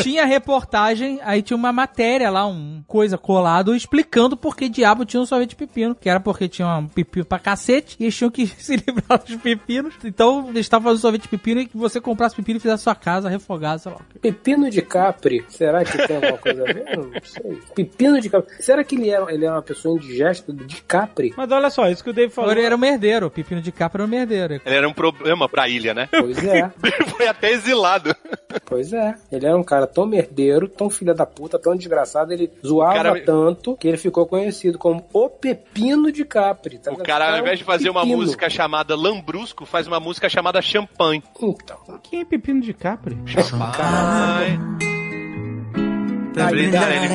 E: tinha reportagem, aí tinha uma matéria lá, um coisa colado, explicando por que diabo tinha um sorvete de pepino. Que era porque tinha um pepino pra cacete e eles tinham que [LAUGHS] se livrar dos pepinos. Então eles estavam fazendo sorvete de pepino e que você comprasse pepino e fizesse sua casa, refogasse, sei lá.
D: Pepino de Capri, será que tem alguma coisa a ver? Eu Não sei. Pepino de Capri. Será que ele era, ele era uma pessoa indigesta
B: [LAUGHS]
D: de Capri?
A: Mas olha só, isso que o Dave falou.
E: Agora ele era um herdeiro, o pepino de capa era um herdeiro.
B: Ele era um problema pra ilha, né? [LAUGHS]
D: Pois é,
B: Ele foi até exilado.
D: pois é. Ele era um cara tão merdeiro, tão filha da puta, tão desgraçado, ele zoava
B: cara-
D: tanto que ele ficou conhecido como o Pepino de Capri. tá
B: O
D: vendo?
B: cara, ao invés de fazer uma
D: Pepino.
B: música chamada Lambrusco, faz uma música chamada Champanhe.
D: Então,
A: Quem é pepino de Capri?
B: Ai. Tá Ele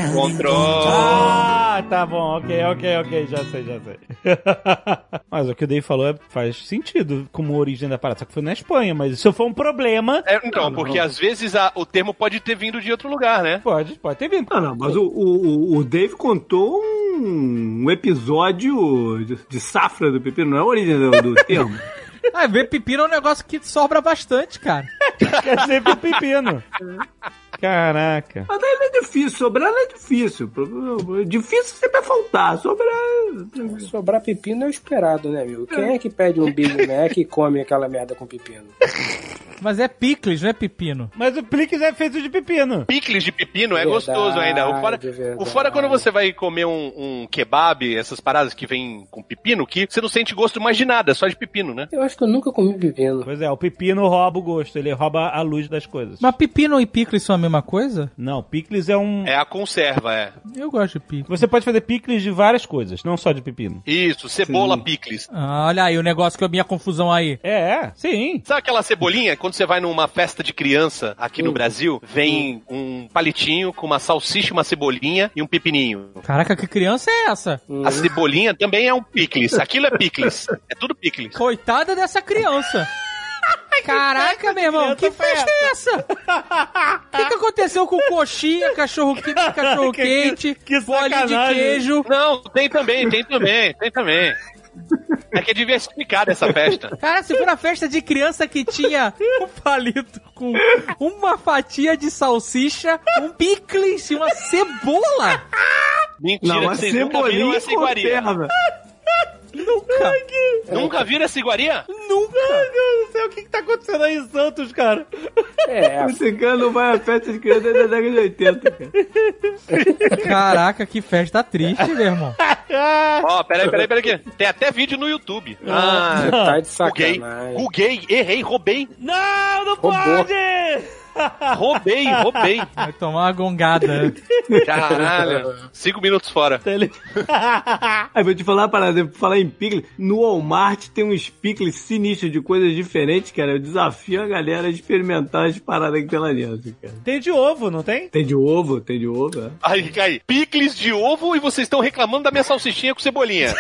B: encontrou.
A: Ah, tá bom, ok, ok, ok, já sei, já sei. [LAUGHS] mas o que o Dave falou é- faz sentido como origem da parada, só que foi na Espanha, mas isso foi um problema.
B: É, então, porque às vezes a- o termo pode ter vindo de outro lugar, né?
A: Pode, pode ter vindo.
C: Ah, não, mas o, o, o- o Dave contou um, um episódio de, de safra do pepino, não é a origem do, [LAUGHS] do termo.
E: [LAUGHS] Ah, ver pepino é um negócio que sobra bastante, cara.
A: Quer dizer pro é pepino. Caraca.
C: Mas daí não é difícil, sobrar não é difícil. Pro- Difícil sempre é faltar, sobrar.
D: sobrar pepino é o esperado, né, amigo? Quem é que pede um
B: [LAUGHS]
D: Big Mac e come aquela merda com pepino?
E: Mas é picles, não é pepino.
A: Mas o Plix é feito de pepino.
B: Picles de pepino é
D: Verdade,
B: gostoso ainda. O fora,
D: verdade.
B: o fora quando você vai comer um, um kebab, essas paradas que vem com pepino, que você não sente gosto mais de nada, só de pepino, né?
D: Eu acho que eu nunca comi pepino.
A: Pois é, o pepino rouba o gosto, ele rouba a luz das coisas.
E: Mas pepino e picles são a mesma coisa?
A: Não, picles é um.
B: É a conserva, é.
E: Eu gosto de picles.
A: Você pode fazer picles de várias coisas, não só de pepino.
B: Isso, cebola picles.
E: Ah, olha aí o negócio que eu minha confusão aí.
A: É, é, sim.
B: Sabe aquela cebolinha? Quando você vai numa festa de criança aqui
D: Hum.
B: no Brasil, vem um palitinho com uma salsicha, uma cebolinha e um pepininho.
E: Caraca, que criança é essa?
D: Hum.
B: A cebolinha também é um picles. Aquilo é picles. É tudo picles.
E: Coitada dessa [LAUGHS] criança. Caraca, meu irmão, que festa é essa? O [LAUGHS] que, que aconteceu com coxinha, cachorro, [LAUGHS] que, cachorro quente,
A: que
E: bolinha de
A: sacanagem.
E: queijo?
B: Não, tem também, tem também, tem também. É que é diversificada essa festa.
E: Cara, se for na festa de criança que tinha [LAUGHS] um palito com uma fatia de salsicha, um picles e uma cebola.
B: Mentira,
C: Não,
B: que
C: a
B: vocês nunca viram
C: cebolinha
B: essa iguaria.
C: conserva.
E: Nunca.
B: Nunca viram essa iguaria?
A: Meu
E: nunca.
A: Deus do céu, o que que tá acontecendo aí em Santos, cara?
B: [LAUGHS]
D: É,
C: O cigano vai à festa de criança desde a década de 80, cara.
E: Caraca, que festa triste, meu irmão.
C: É.
B: Ó, peraí, peraí, peraí. aqui. Tem até vídeo no YouTube. Ah,
D: tá de
B: buguei.
D: sacanagem.
B: Buguei, errei, roubei.
A: Não, não
D: Roubou.
A: pode!
B: Roubei, roubei.
E: Vai tomar uma gongada.
B: Caralho. Cinco minutos fora.
A: Ele-
C: Aí vou te falar uma parada, vou falar em picles. No Walmart tem uns picles sinistros de coisas diferentes, cara. Eu desafio a galera a experimentar as paradas que tem lá dentro, cara.
A: Tem de ovo, não tem?
C: Tem de ovo, tem de ovo, é.
B: Aí, aí, picles de ovo e vocês estão reclamando da minha salsichinha com
C: [LAUGHS]
B: cebolinha.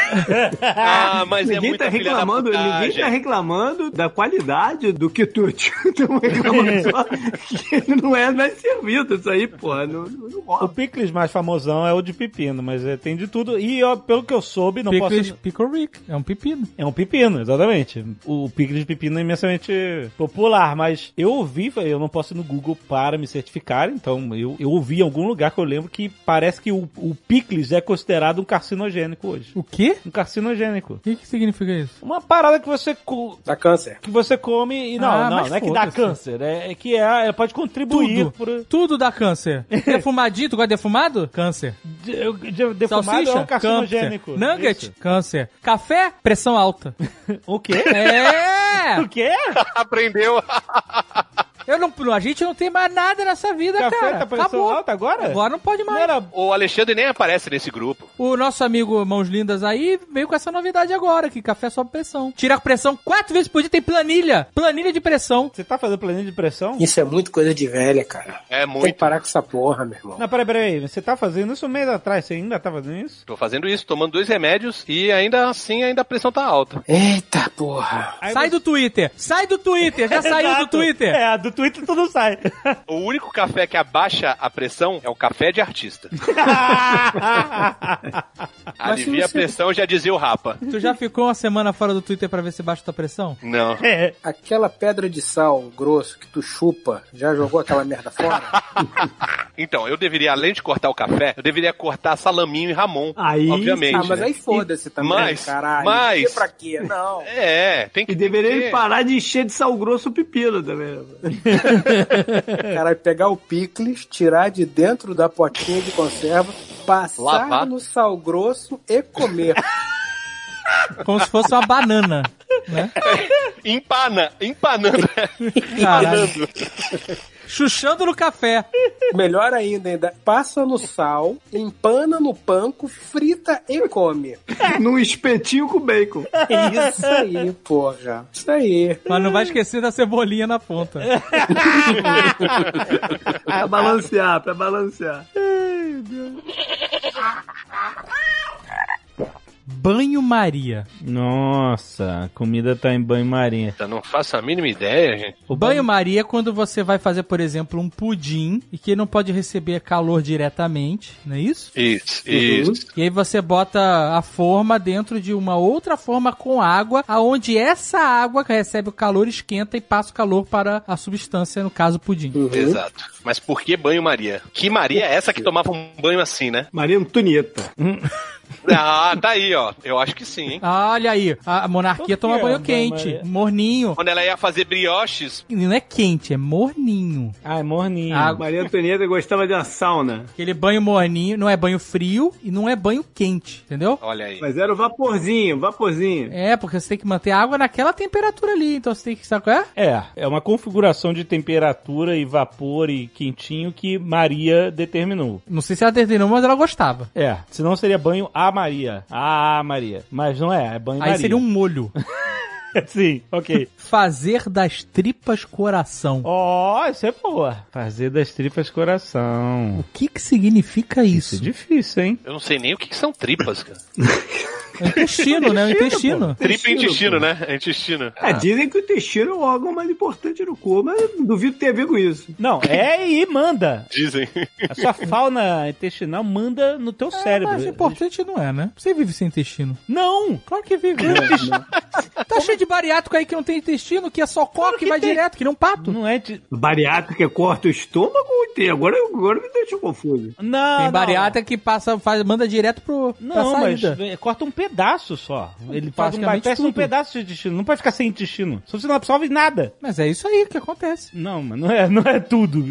B: Ah, mas é
C: ninguém
B: muito
C: tá reclamando, ninguém tá reclamando da qualidade do [LAUGHS] quitute. Estão reclamando só que não é mais servido isso aí, porra. Não, não
A: O
C: rola.
A: picles mais famosão é o de pepino, mas é, tem de tudo. E ó, pelo que eu soube, não
E: Pickles,
A: posso.
E: Pickle Rick. É um pepino.
A: É um pepino, exatamente. O picles de pepino é imensamente popular, mas eu ouvi, eu não posso ir no Google para me certificar, então eu, eu ouvi em algum lugar que eu lembro que parece que o, o picles é considerado um carcinogênico hoje.
E: O quê?
A: Um carcinogênico.
E: O que, que significa isso?
A: Uma parada que você co-
D: Dá câncer.
A: que você come e não,
E: Ah,
A: não,
E: mas
A: não é que dá
E: foda-se.
A: câncer, é, é que é, é- pode contribuir
E: Tudo.
A: por
E: Tudo
A: [LAUGHS]
E: dá câncer. É Defumadinho, tu gosta de defumado? Câncer.
A: de, de- defumado
E: Salsicha?
A: é um carcinogênico.
E: Câncer. Nugget?
A: Isso.
E: Câncer. Café?
A: [LAUGHS]
E: Pressão alta.
A: O quê?
E: É!
A: O quê?
B: Aprendeu.
E: Eu não, a gente não tem mais nada nessa vida,
A: Café
E: cara.
A: tá pressão
E: Acabou.
A: alta agora?
E: Agora não pode
A: Não
E: mais.
A: era
B: O Alexandre nem aparece nesse grupo.
E: O nosso amigo Mãos Lindas aí veio com essa novidade agora, que café sobe pressão. Tira a pressão quatro vezes por dia, tem planilha. Planilha de pressão.
A: Você tá fazendo planilha de pressão?
D: Isso é muito coisa de velha, cara.
B: É
D: Tem que
B: muito.
D: parar com essa porra, meu irmão.
A: Não, peraí, peraí. Você tá fazendo isso um mês atrás? Você ainda tá fazendo isso?
B: Tô fazendo isso, tomando dois remédios e ainda assim ainda a pressão tá alta.
D: Eita porra.
A: Aí
E: Sai
A: você-
E: do Twitter. Sai do
A: [LAUGHS]
E: Twitter. Já saiu do
A: Exato.
E: Twitter.
A: É, do Twitter tu não [LAUGHS] sai.
B: O único café que abaixa a pressão é o café de artista. Alivia a
D: você-
B: pressão, já dizia o Rapa.
E: Tu já ficou uma semana fora do Twitter pra ver se baixa tua pressão?
B: Não.
A: É.
D: Aquela pedra de sal grosso que tu chupa, já jogou aquela
B: [LAUGHS]
D: merda fora? Ah,
B: Ah, Então, eu deveria, além de cortar o café, eu deveria cortar salaminho e ramon.
C: Aí-
B: obviamente.
D: ah, mas
B: né?
D: aí foda-se também,
B: Mas-
D: caralho.
B: mas-
D: Que pra quê? Não.
B: [LAUGHS] É, tem que.
C: E deveria
B: tem
C: ele
B: que-
C: parar de encher de sal grosso o pepino também.
D: Caralho, pegar o picles, tirar de dentro da potinha de conserva, passar
B: Lavar.
D: no sal grosso e
B: [LAUGHS]
D: comer.
E: Como se fosse uma banana. Né?
B: Empana, empanando. né?
E: Caralho. Chuchando no café.
D: Melhor ainda, ainda, passa no sal, empana no panco, frita e come.
B: É.
D: É
C: Num espetinho com bacon.
D: Isso aí, porra. Isso aí.
E: Mas não vai esquecer da cebolinha na ponta.
C: Pra balancear, pra balancear.
E: Banho-maria.
H: Nossa, a comida tá em banho-maria.
B: Eu não faço a mínima ideia, gente.
E: O banho-maria é quando você vai fazer, por exemplo, um pudim e que ele não pode receber calor diretamente, não é isso?
B: Isso, isso.
E: E aí você bota a forma dentro de uma outra forma com água, aonde essa água que recebe o calor esquenta e passa o calor para a substância, no caso, o
A: Hum.
E: pudim.
B: Exato. Mas por que banho-maria? Que Maria é essa que tomava um banho assim, né?
C: Maria Antonieta.
B: Ah, tá aí, ó. Eu acho que sim, hein?
E: Olha aí, a monarquia
A: Por que
E: toma
A: é
E: banho
A: uma
E: quente,
A: banho-maria?
E: morninho.
B: Quando ela ia fazer brioches,
E: Não é quente, é morninho.
A: Ah, é morninho.
E: Ah,
C: Maria Antonieta gostava de uma sauna.
E: Aquele banho morninho não é banho frio e não é banho quente, entendeu?
B: olha aí.
C: Mas era o vaporzinho, vaporzinho.
E: É, porque você tem que manter a água naquela temperatura ali, então você tem que, sabe qual é?
A: É, é uma configuração de temperatura e vapor e quentinho que Maria determinou.
E: Não sei se ela determinou, mas ela gostava.
A: É, senão seria banho a Maria. A Maria. Mas não é, é banho Maria.
E: Aí seria um molho.
A: [LAUGHS] Sim, ok.
E: Fazer das tripas coração.
A: Ó, isso é boa. Fazer das tripas coração.
E: O que que significa
A: Isso é
E: isso?
A: difícil, hein?
B: Eu não sei nem o que, que são tripas, cara.
E: É o
A: [LAUGHS]
E: intestino, né? O intestino.
B: [LAUGHS] Tripa e intestino, né? É intestino.
C: É, dizem que o intestino é o órgão mais importante do corpo, mas duvido ter a ver com isso.
A: Não, é e manda.
B: Dizem.
A: A
E: [LAUGHS]
A: sua fauna intestinal manda no teu cérebro.
E: É, Mas o importante não Ah, é, né? Você vive sem intestino.
A: Não!
E: Claro que é vive. Tá cheio de bariátrico aí que não tem intestino, que é só coque
A: É, que
E: e vai
A: tem.
E: direto, que nem um pato.
A: Não é de.
C: Bariátrica corta o estômago ou tem? Agora, agora me deixa confuso. Tá
A: Não!
E: Tem
A: não.
E: bariátrica que passa, faz, manda direto pro, pra
A: Não, mas
E: saída.
A: é, corta um pedaço só. Ele faz um
E: Praticamente
A: bypass num
E: tudo.
A: pedaço de intestino. Não pode ficar sem intestino. Só você não absorve nada.
E: Mas é isso aí que acontece.
A: Não, mas não é, não é
E: [LAUGHS]
A: tudo.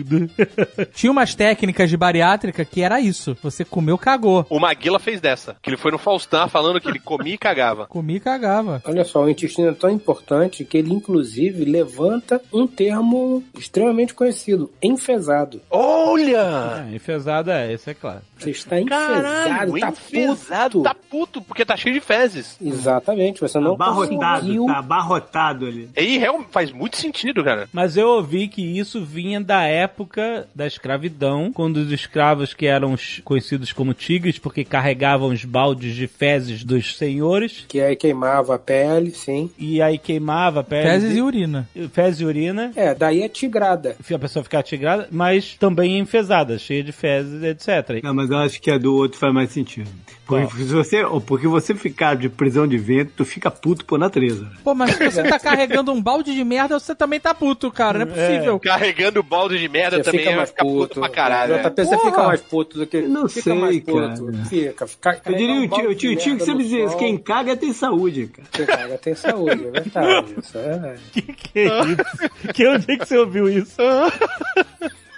E: Tinha umas técnicas de bariátrica que era isso. Você comeu, cagou.
B: O Maguila fez dessa. Que ele foi no Faustão falando que ele comia e cagava.
E: Comi e cagava.
D: Olha só, o intestino é tão importante que ele, inclusive, levanta um termo extremamente conhecido, enfesado.
B: Olha!
A: Ah, enfesada é, isso é claro.
D: Você está enfesado,
B: Caralho,
D: tá
B: enfesado,
D: puto.
B: tá puto, porque tá cheio de fezes.
D: Exatamente, você não
C: Abarrotado,
D: conseguiu...
C: tá abarrotado ali.
B: E realmente faz muito sentido, cara.
A: Mas eu ouvi que isso vinha da época da escravidão, quando os escravos que eram os conhecidos como tigres, porque carregavam os baldes de fezes dos senhores,
D: Que aí queimava a pele, sim.
A: e aí queimava a pele
E: Fezes É, e
A: de-
E: urina.
A: fezes e urina.
D: É, daí é tigrada.
A: A pessoa ficar tigrada, mas também enfesada, cheia de fezes, etc.
C: Não, mas eu acho que a do outro faz mais sentido. Porque se você, porque você ficar de prisão de vento, tu fica puto por natureza.
E: Pô, mas se você [LAUGHS] tá carregando um balde de merda, você também tá puto, cara. Não é possível.
B: Carregando o balde de merda
D: Você
B: também
D: fica
B: é
D: mais
B: ficar puto,
D: puto. tá-
B: pra caralho. né?
D: JP, você
E: Porra!
D: fica mais puto do que...
C: Não
D: fica
C: sei,
D: mais puto.
C: cara.
D: Fica, fica... é um
C: Eu diria o tio, o tio, o tio que sempre dizia isso, quem
D: quem...
C: caga tem saúde, cara.
D: Quem caga tem saúde, é verdade. Isso é...
A: Que que é isso? que onde é que você ouviu [LAUGHS] isso?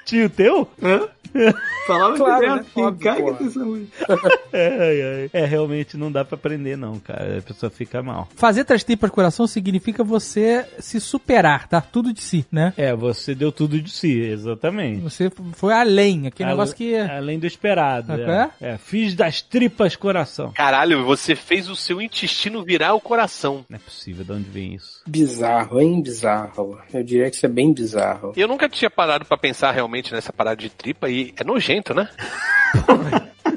A: Tio teu?
C: Hã? Falava
D: Claro,
C: que era,
D: né?
C: quem
D: Óbvio,
C: caga
D: porra.
C: tem saúde.
A: É, é, é. É, realmente não dá pra aprender não, cara. A pessoa fica mal.
E: Fazer três tripas coração significa você se superar, dar tudo de si, né?
A: É, você deu tudo de si, exatamente.
E: Você foi além, aquele
A: Ale-
E: negócio que. é,
A: Além do esperado.
E: Sabe
A: É.
E: qual
A: É, fiz das tripas coração.
B: Caralho, você fez o seu intestino virar o coração.
A: Não é possível, de onde vem isso?
D: Bizarro, hein? Bizarro. Eu diria que isso é bem bizarro.
B: Eu nunca tinha parado pra pensar realmente nessa parada de tripa e é nojento, né?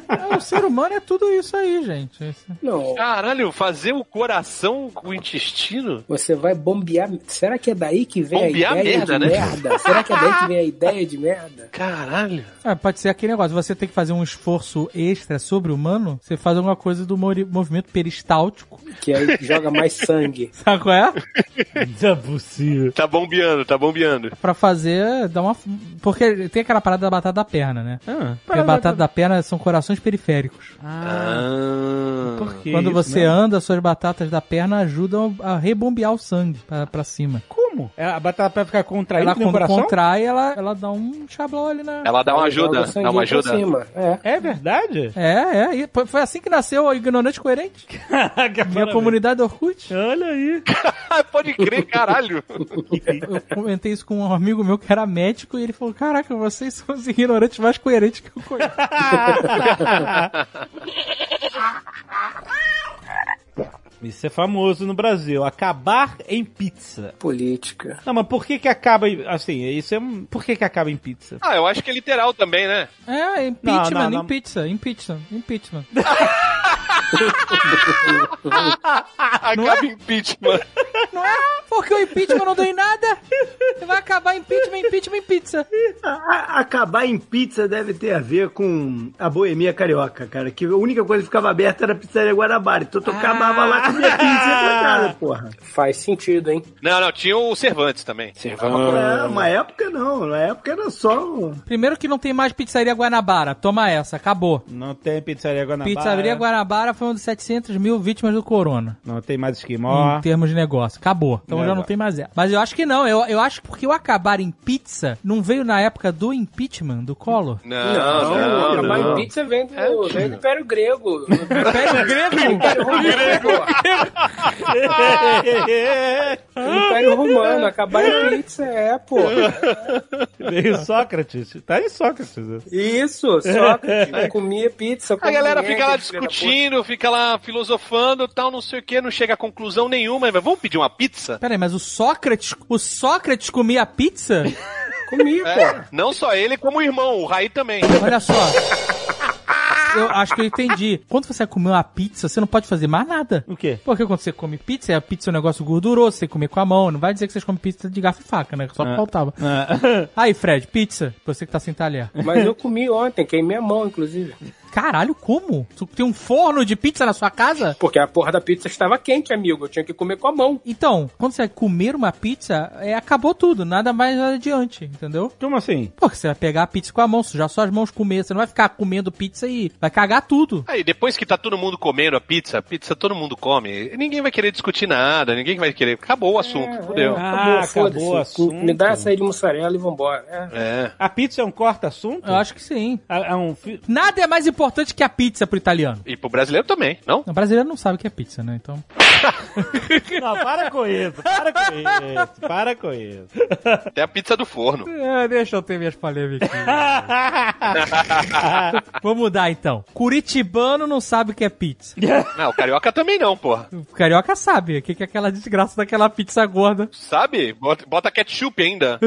E: É, o ser humano é tudo isso aí, gente.
D: Não,
B: Caralho, fazer o coração com o intestino?
D: você vai bombear. Merda. Será que é daí que vem
B: Bombear
D: a ideia
B: merda,
D: de
B: né?
D: merda? Será que é daí que vem a ideia de merda?
B: Caralho.
E: Ah, pode ser aquele negócio, você tem que fazer um esforço extra sobre-humano, você faz alguma coisa do mori- movimento peristáltico. [LAUGHS]
D: Que aí joga mais sangue.
E: Sabe qual é?
A: Não é possível.
B: Tá bombeando, tá bombeando.
E: Pra fazer, dar uma. Porque tem aquela parada da batata da perna, né?
A: Ah,
E: Porque a batata da perna são corações periféricos.
B: Ah.
A: por que
E: Quando
A: isso,
E: você
A: né?
E: anda, suas batatas da perna ajudam a rebombear o sangue pra, pra cima.
A: Como? É, A batata pra ficar contraída
E: Ela,
A: no
E: quando
A: um coração?
E: contrai, ela, ela dá um chabló ali na.
B: Ela dá uma
D: Aí
B: ajuda,
D: joga o sanguinho
B: dá uma
D: pra
B: ajuda.
D: Cima. É.
A: É [LAUGHS] verdade?
E: É, é. e foi- Foi assim que nasceu o Ignorante Coerente.
A: Caraca,
E: Minha
A: parabéns.
E: comunidade Orkut.
A: Olha aí.
B: Ah, Pode crer, caralho.
E: Eu comentei isso com um amigo meu que era médico e ele falou: Caraca, vocês são os ignorantes mais coerentes que
A: [LAUGHS]
E: eu conheço.
A: Isso é famoso no Brasil. Acabar em pizza.
D: Política.
A: Não, mas por que que acaba em... Assim, isso é... um- Por que que acaba em pizza?
B: [LAUGHS] Ah, eu acho que é literal também, né?
E: É, impeachment,
A: Não, não, não.
E: impeachment, impeachment, impeachment.
B: Acaba impeachment.
E: Não é? Porque o impeachment não deu em nada. Vai acabar impeachment, impeachment, pizza.
C: A- a- acabar em pizza deve ter a ver com a boemia carioca, cara. Que a única coisa que ficava aberta era a pizzaria Guarabara. Então tu acabava lá com a minha pizza trancada, porra.
D: Faz sentido, hein?
B: Não, não, tinha o Cervantes também.
C: É, uma época não. Na época era só. um-
E: Primeiro que não tem mais pizzaria Guanabara. Toma essa, acabou.
A: Não tem pizzaria Guanabara.
E: Pizzaria Guanabara foi um dos 700 mil vítimas do corona.
A: Não tem mais esquimó.
E: Em termos de negócio. Acabou. Então já não
A: Negócio.
E: tem mais ela. Mas eu acho que não. Eu, eu acho que porque o acabar em pizza não veio na época do impeachment do Collor.
B: Não, não, Ah, não.
D: acabar em pizza vem
B: É,
D: do, vem do Império
B: [LAUGHS]
D: Grego.
E: Império grego?
D: Império Romano. Acabar em pizza é, pô.
A: [LAUGHS] Veio Sócrates. Tá em Sócrates.
D: Isso, Sócrates. Comia pizza.
B: A galera fica lá
D: comia,
B: discutindo, fica lá filosofando, tal, não sei o que, não chega a conclusão nenhuma. Mas vamos pedir uma pizza?
E: Peraí, mas o Sócrates, o Sócrates comia pizza?
D: Comia, pô.
B: É, não só ele, como o irmão, o Raí também.
E: Olha só. Eu acho que eu entendi. Quando você comeu uma pizza, você não pode fazer mais nada.
A: O quê?
E: Porque quando você come pizza, a pizza é um negócio gorduroso, você tem que comer com a mão. Não vai dizer que vocês comem pizza de garfo e faca, né? Só faltava.
A: Ah.
E: Aí, Fred, pizza, você que tá sem talher.
D: Mas eu comi ontem, queimei a mão, inclusive.
E: Caralho, como? Tu tem um forno de pizza na sua casa?
D: Porque a porra da pizza estava quente, amigo. Eu tinha que comer com a mão.
E: Então, quando você comer uma pizza, é, acabou tudo, nada mais nada adiante, entendeu?
A: Como assim?
E: Pô, você vai pegar a pizza com a mão, sujar suas mãos, comer. Você não vai ficar comendo pizza e vai cagar tudo.
B: Aí, depois que tá todo mundo comendo a pizza, a pizza todo mundo come, ninguém vai querer discutir nada, ninguém vai querer. Acabou o assunto, fudeu.
A: Ah, acabou o
D: foda-se.
A: assunto.
D: Me dá essa aí de mussarela e
B: [LAUGHS]
D: vambora. É.
B: É.
A: A pizza é um corta-assunto?
E: Eu acho que sim.
A: É é um... fi-
E: Nada é mais importante que a pizza pro italiano.
B: E pro brasileiro também,
D: [LAUGHS]
B: não?
E: O brasileiro não sabe o que é pizza, né? Então.
A: Não, para com isso, para com isso, para com isso.
B: Até a pizza do forno.
E: É, deixa eu ter minhas polêmicas. [LAUGHS] Vou mudar então. Curitibano não sabe o que é pizza.
B: Não, o carioca também não, porra.
E: O carioca sabe o que que é aquela desgraça daquela pizza gorda.
B: Sabe? Bota, bota ketchup
D: [LAUGHS]
B: ainda.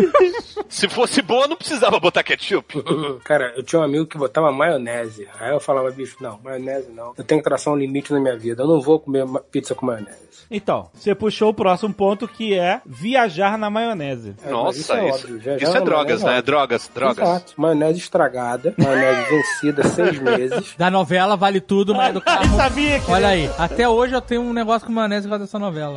B: Se fosse boa, não precisava botar ketchup.
D: Cara, eu tinha um amigo que botava maionese. Aí eu falava, bicho, não, maionese não. Eu tenho que traçar um limite na minha vida. Eu não vou comer ma- pizza com maionese.
A: Então, você puxou o próximo ponto que é viajar na maionese.
D: É,
B: Nossa,
D: mas
B: isso.
D: óbvio, já- já
B: isso é
D: uma
B: drogas,
D: maionese
B: né?
D: óbvia.
B: Drogas, drogas.
D: Exato. Maionese estragada,
B: [LAUGHS]
D: maionese vencida seis meses.
E: Da novela vale tudo, mas do
A: Ai,
E: carro.
A: sabia que...
E: Olha aí, até hoje eu tenho um negócio com maionese por causa dessa novela.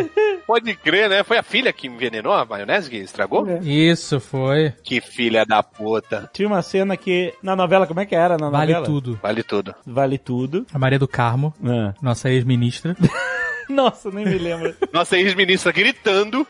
B: Pode crer, né? Foi a filha que envenenou a maionese que estragou?
D: É.
E: Isso foi.
B: Que filha da puta.
A: Tinha uma cena que... Na novela, como é que era na
E: Vale
A: novela?
E: tudo.
B: Vale tudo.
A: Vale tudo. É.
E: A Maria do Carmo, [LAUGHS] nossa ex-ministra,
A: Nossa, nem me lembro.
B: Nossa ex-ministra gritando.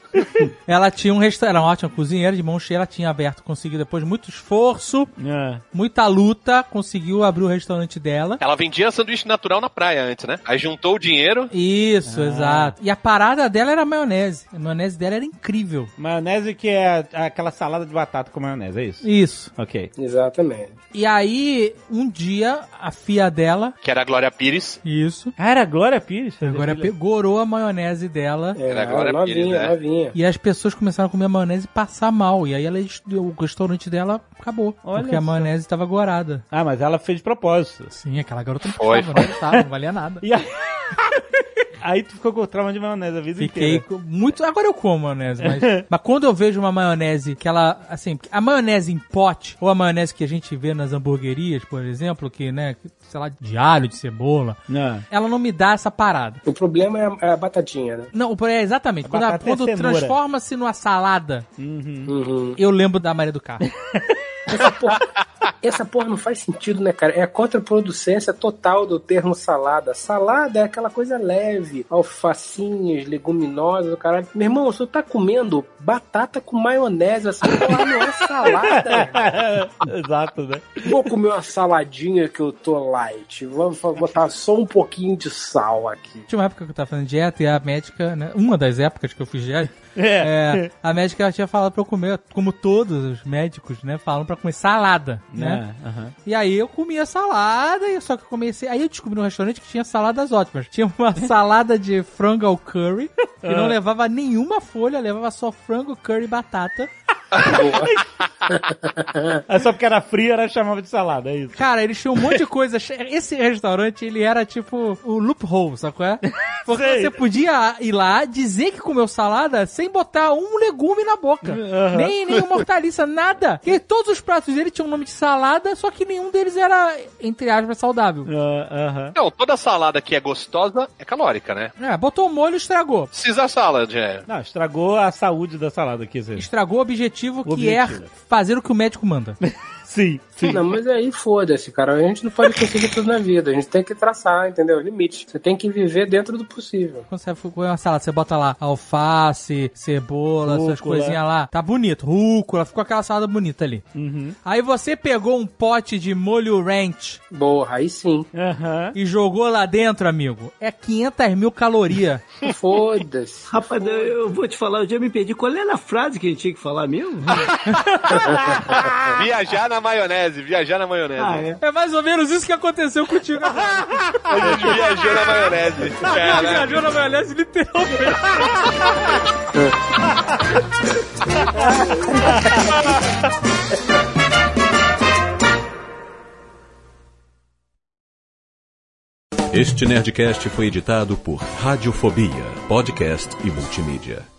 E: ela tinha um restaurante, era uma ótima cozinheira de mão cheia, ela tinha aberto, conseguiu depois de muito esforço,
A: É.
E: muita luta, conseguiu abrir o restaurante dela.
B: Ela vendia sanduíche natural na praia antes, né? Aí juntou o dinheiro.
E: Isso, exato. E a parada dela era a maionese. A maionese dela era incrível.
A: Maionese que é aquela salada de batata com maionese, é isso?
E: Isso.
A: Ok.
D: Exatamente.
E: E aí, um dia, a filha dela.
B: Que era a Glória Pires.
E: Isso.
A: Ah, era Glória Pires?
E: Agora pegorou a maionese dela.
D: É,
B: Era Glória
D: novinha,
B: Pires, né?
D: novinha.
E: E as pessoas começaram a comer a maionese e passar mal. E aí ela, est- o restaurante dela acabou.
A: Olha
E: porque a
A: só.
E: maionese estava gorada.
A: Ah, mas ela fez de propósito.
E: Sim, aquela garota não
B: Foi,
E: precisava, né? não gostava, não valia nada.
A: E aí... [LAUGHS] aí tu ficou com trauma de maionese a vida
E: Fiquei
A: inteira.
E: com muito. Agora eu como
A: [LAUGHS]
E: maionese, mas. mas quando eu vejo uma maionese que ela. Assim, a maionese em pote, ou a maionese que a gente vê nas hamburguerias, por exemplo, que, né, que, sei lá, de alho, de cebola,
A: Não.
E: ela não me dá essa parada.
D: O problema é a, é a batatinha, né?
E: Não, o problema é exatamente.
A: A
E: Quando, ela-
A: batata é
E: quando
A: cenoura. Hum.
E: transforma-se numa salada,
D: Uhum.
E: eu lembro da Maria do Carmo.
D: Essa porra, essa porra não faz sentido, né, cara? É a contraproducência total do termo salada. Salada é aquela coisa leve, alfacinhas, leguminosas, o caralho. Meu irmão, você tá comendo batata com maionese, essa porra não é salada.
A: [LAUGHS] Exato, né?
D: Vou comer uma saladinha que eu tô light. Vou fa- botar só um pouquinho de sal aqui.
E: Tinha uma época que eu tava fazendo dieta e a médica, né? Uma das épocas que eu fiz dieta, é, a médica ela tinha falado pra eu comer, como todos os médicos, né? Falam pra comer salada, né?
A: É, aham.
E: E aí eu comia salada, e só que eu comecei. Aí eu descobri no restaurante que tinha saladas ótimas. Tinha
A: [LAUGHS]
E: uma salada de frango ao curry, que não
A: Ah.
E: levava nenhuma folha, levava só frango, curry e batata.
A: É só porque era fria, ela chamava de salada, é isso.
E: Cara, eles tinham um monte de coisa. [LAUGHS] Esse restaurante, ele era tipo o loophole, sabe qual
A: [LAUGHS]
E: é? Porque
A: Sei.
E: você podia ir lá, dizer que comeu salada sem botar um legume na boca.
A: Aham.
E: Nem nenhuma hortaliça, nada.
A: [LAUGHS]
E: Porque todos os pratos dele tinham um nome de salada, só que nenhum deles era, entre aspas, saudável.
A: Ah, Aham.
B: Não, toda salada que é gostosa é calórica, né?
A: Uhum.
E: É, botou o molho e estragou.
B: Precisa salada, é.
A: Não, estragou a saúde da salada aqui, Zé.
E: Estragou o objetivo, que
A: objetivo.
E: é fazer o que o médico manda. [LAUGHS]
A: Sim, sim.
D: Não, mas aí foda-se, cara. A gente não pode conseguir tudo na vida. A gente tem que traçar, entendeu? Limite. Você tem que viver dentro do possível.
E: Quando você for comer uma salada, você bota lá alface, cebola, essas
A: Rúcula.
E: coisinhas lá. Tá bonito. Rúcula, ficou aquela salada bonita ali. Aí você pegou um pote de molho ranch
D: Boa, aí sim.
A: Aham.
E: e jogou lá dentro, amigo. É 500 mil calorias.
D: Foda-se.
C: Rapaz, eu, eu vou te falar, eu já me perdi. Qual era a frase que a gente tinha que falar mesmo?
B: Viajar na maionese, viajar na maionese.
C: ah, é.
E: é mais ou menos isso que aconteceu contigo agora.
B: A gente viajou na maionese.
E: Você
B: Cara,
E: [LAUGHS] viajou na maionese literalmente.
F: Este Nerdcast foi editado por Radiofobia, podcast e multimídia.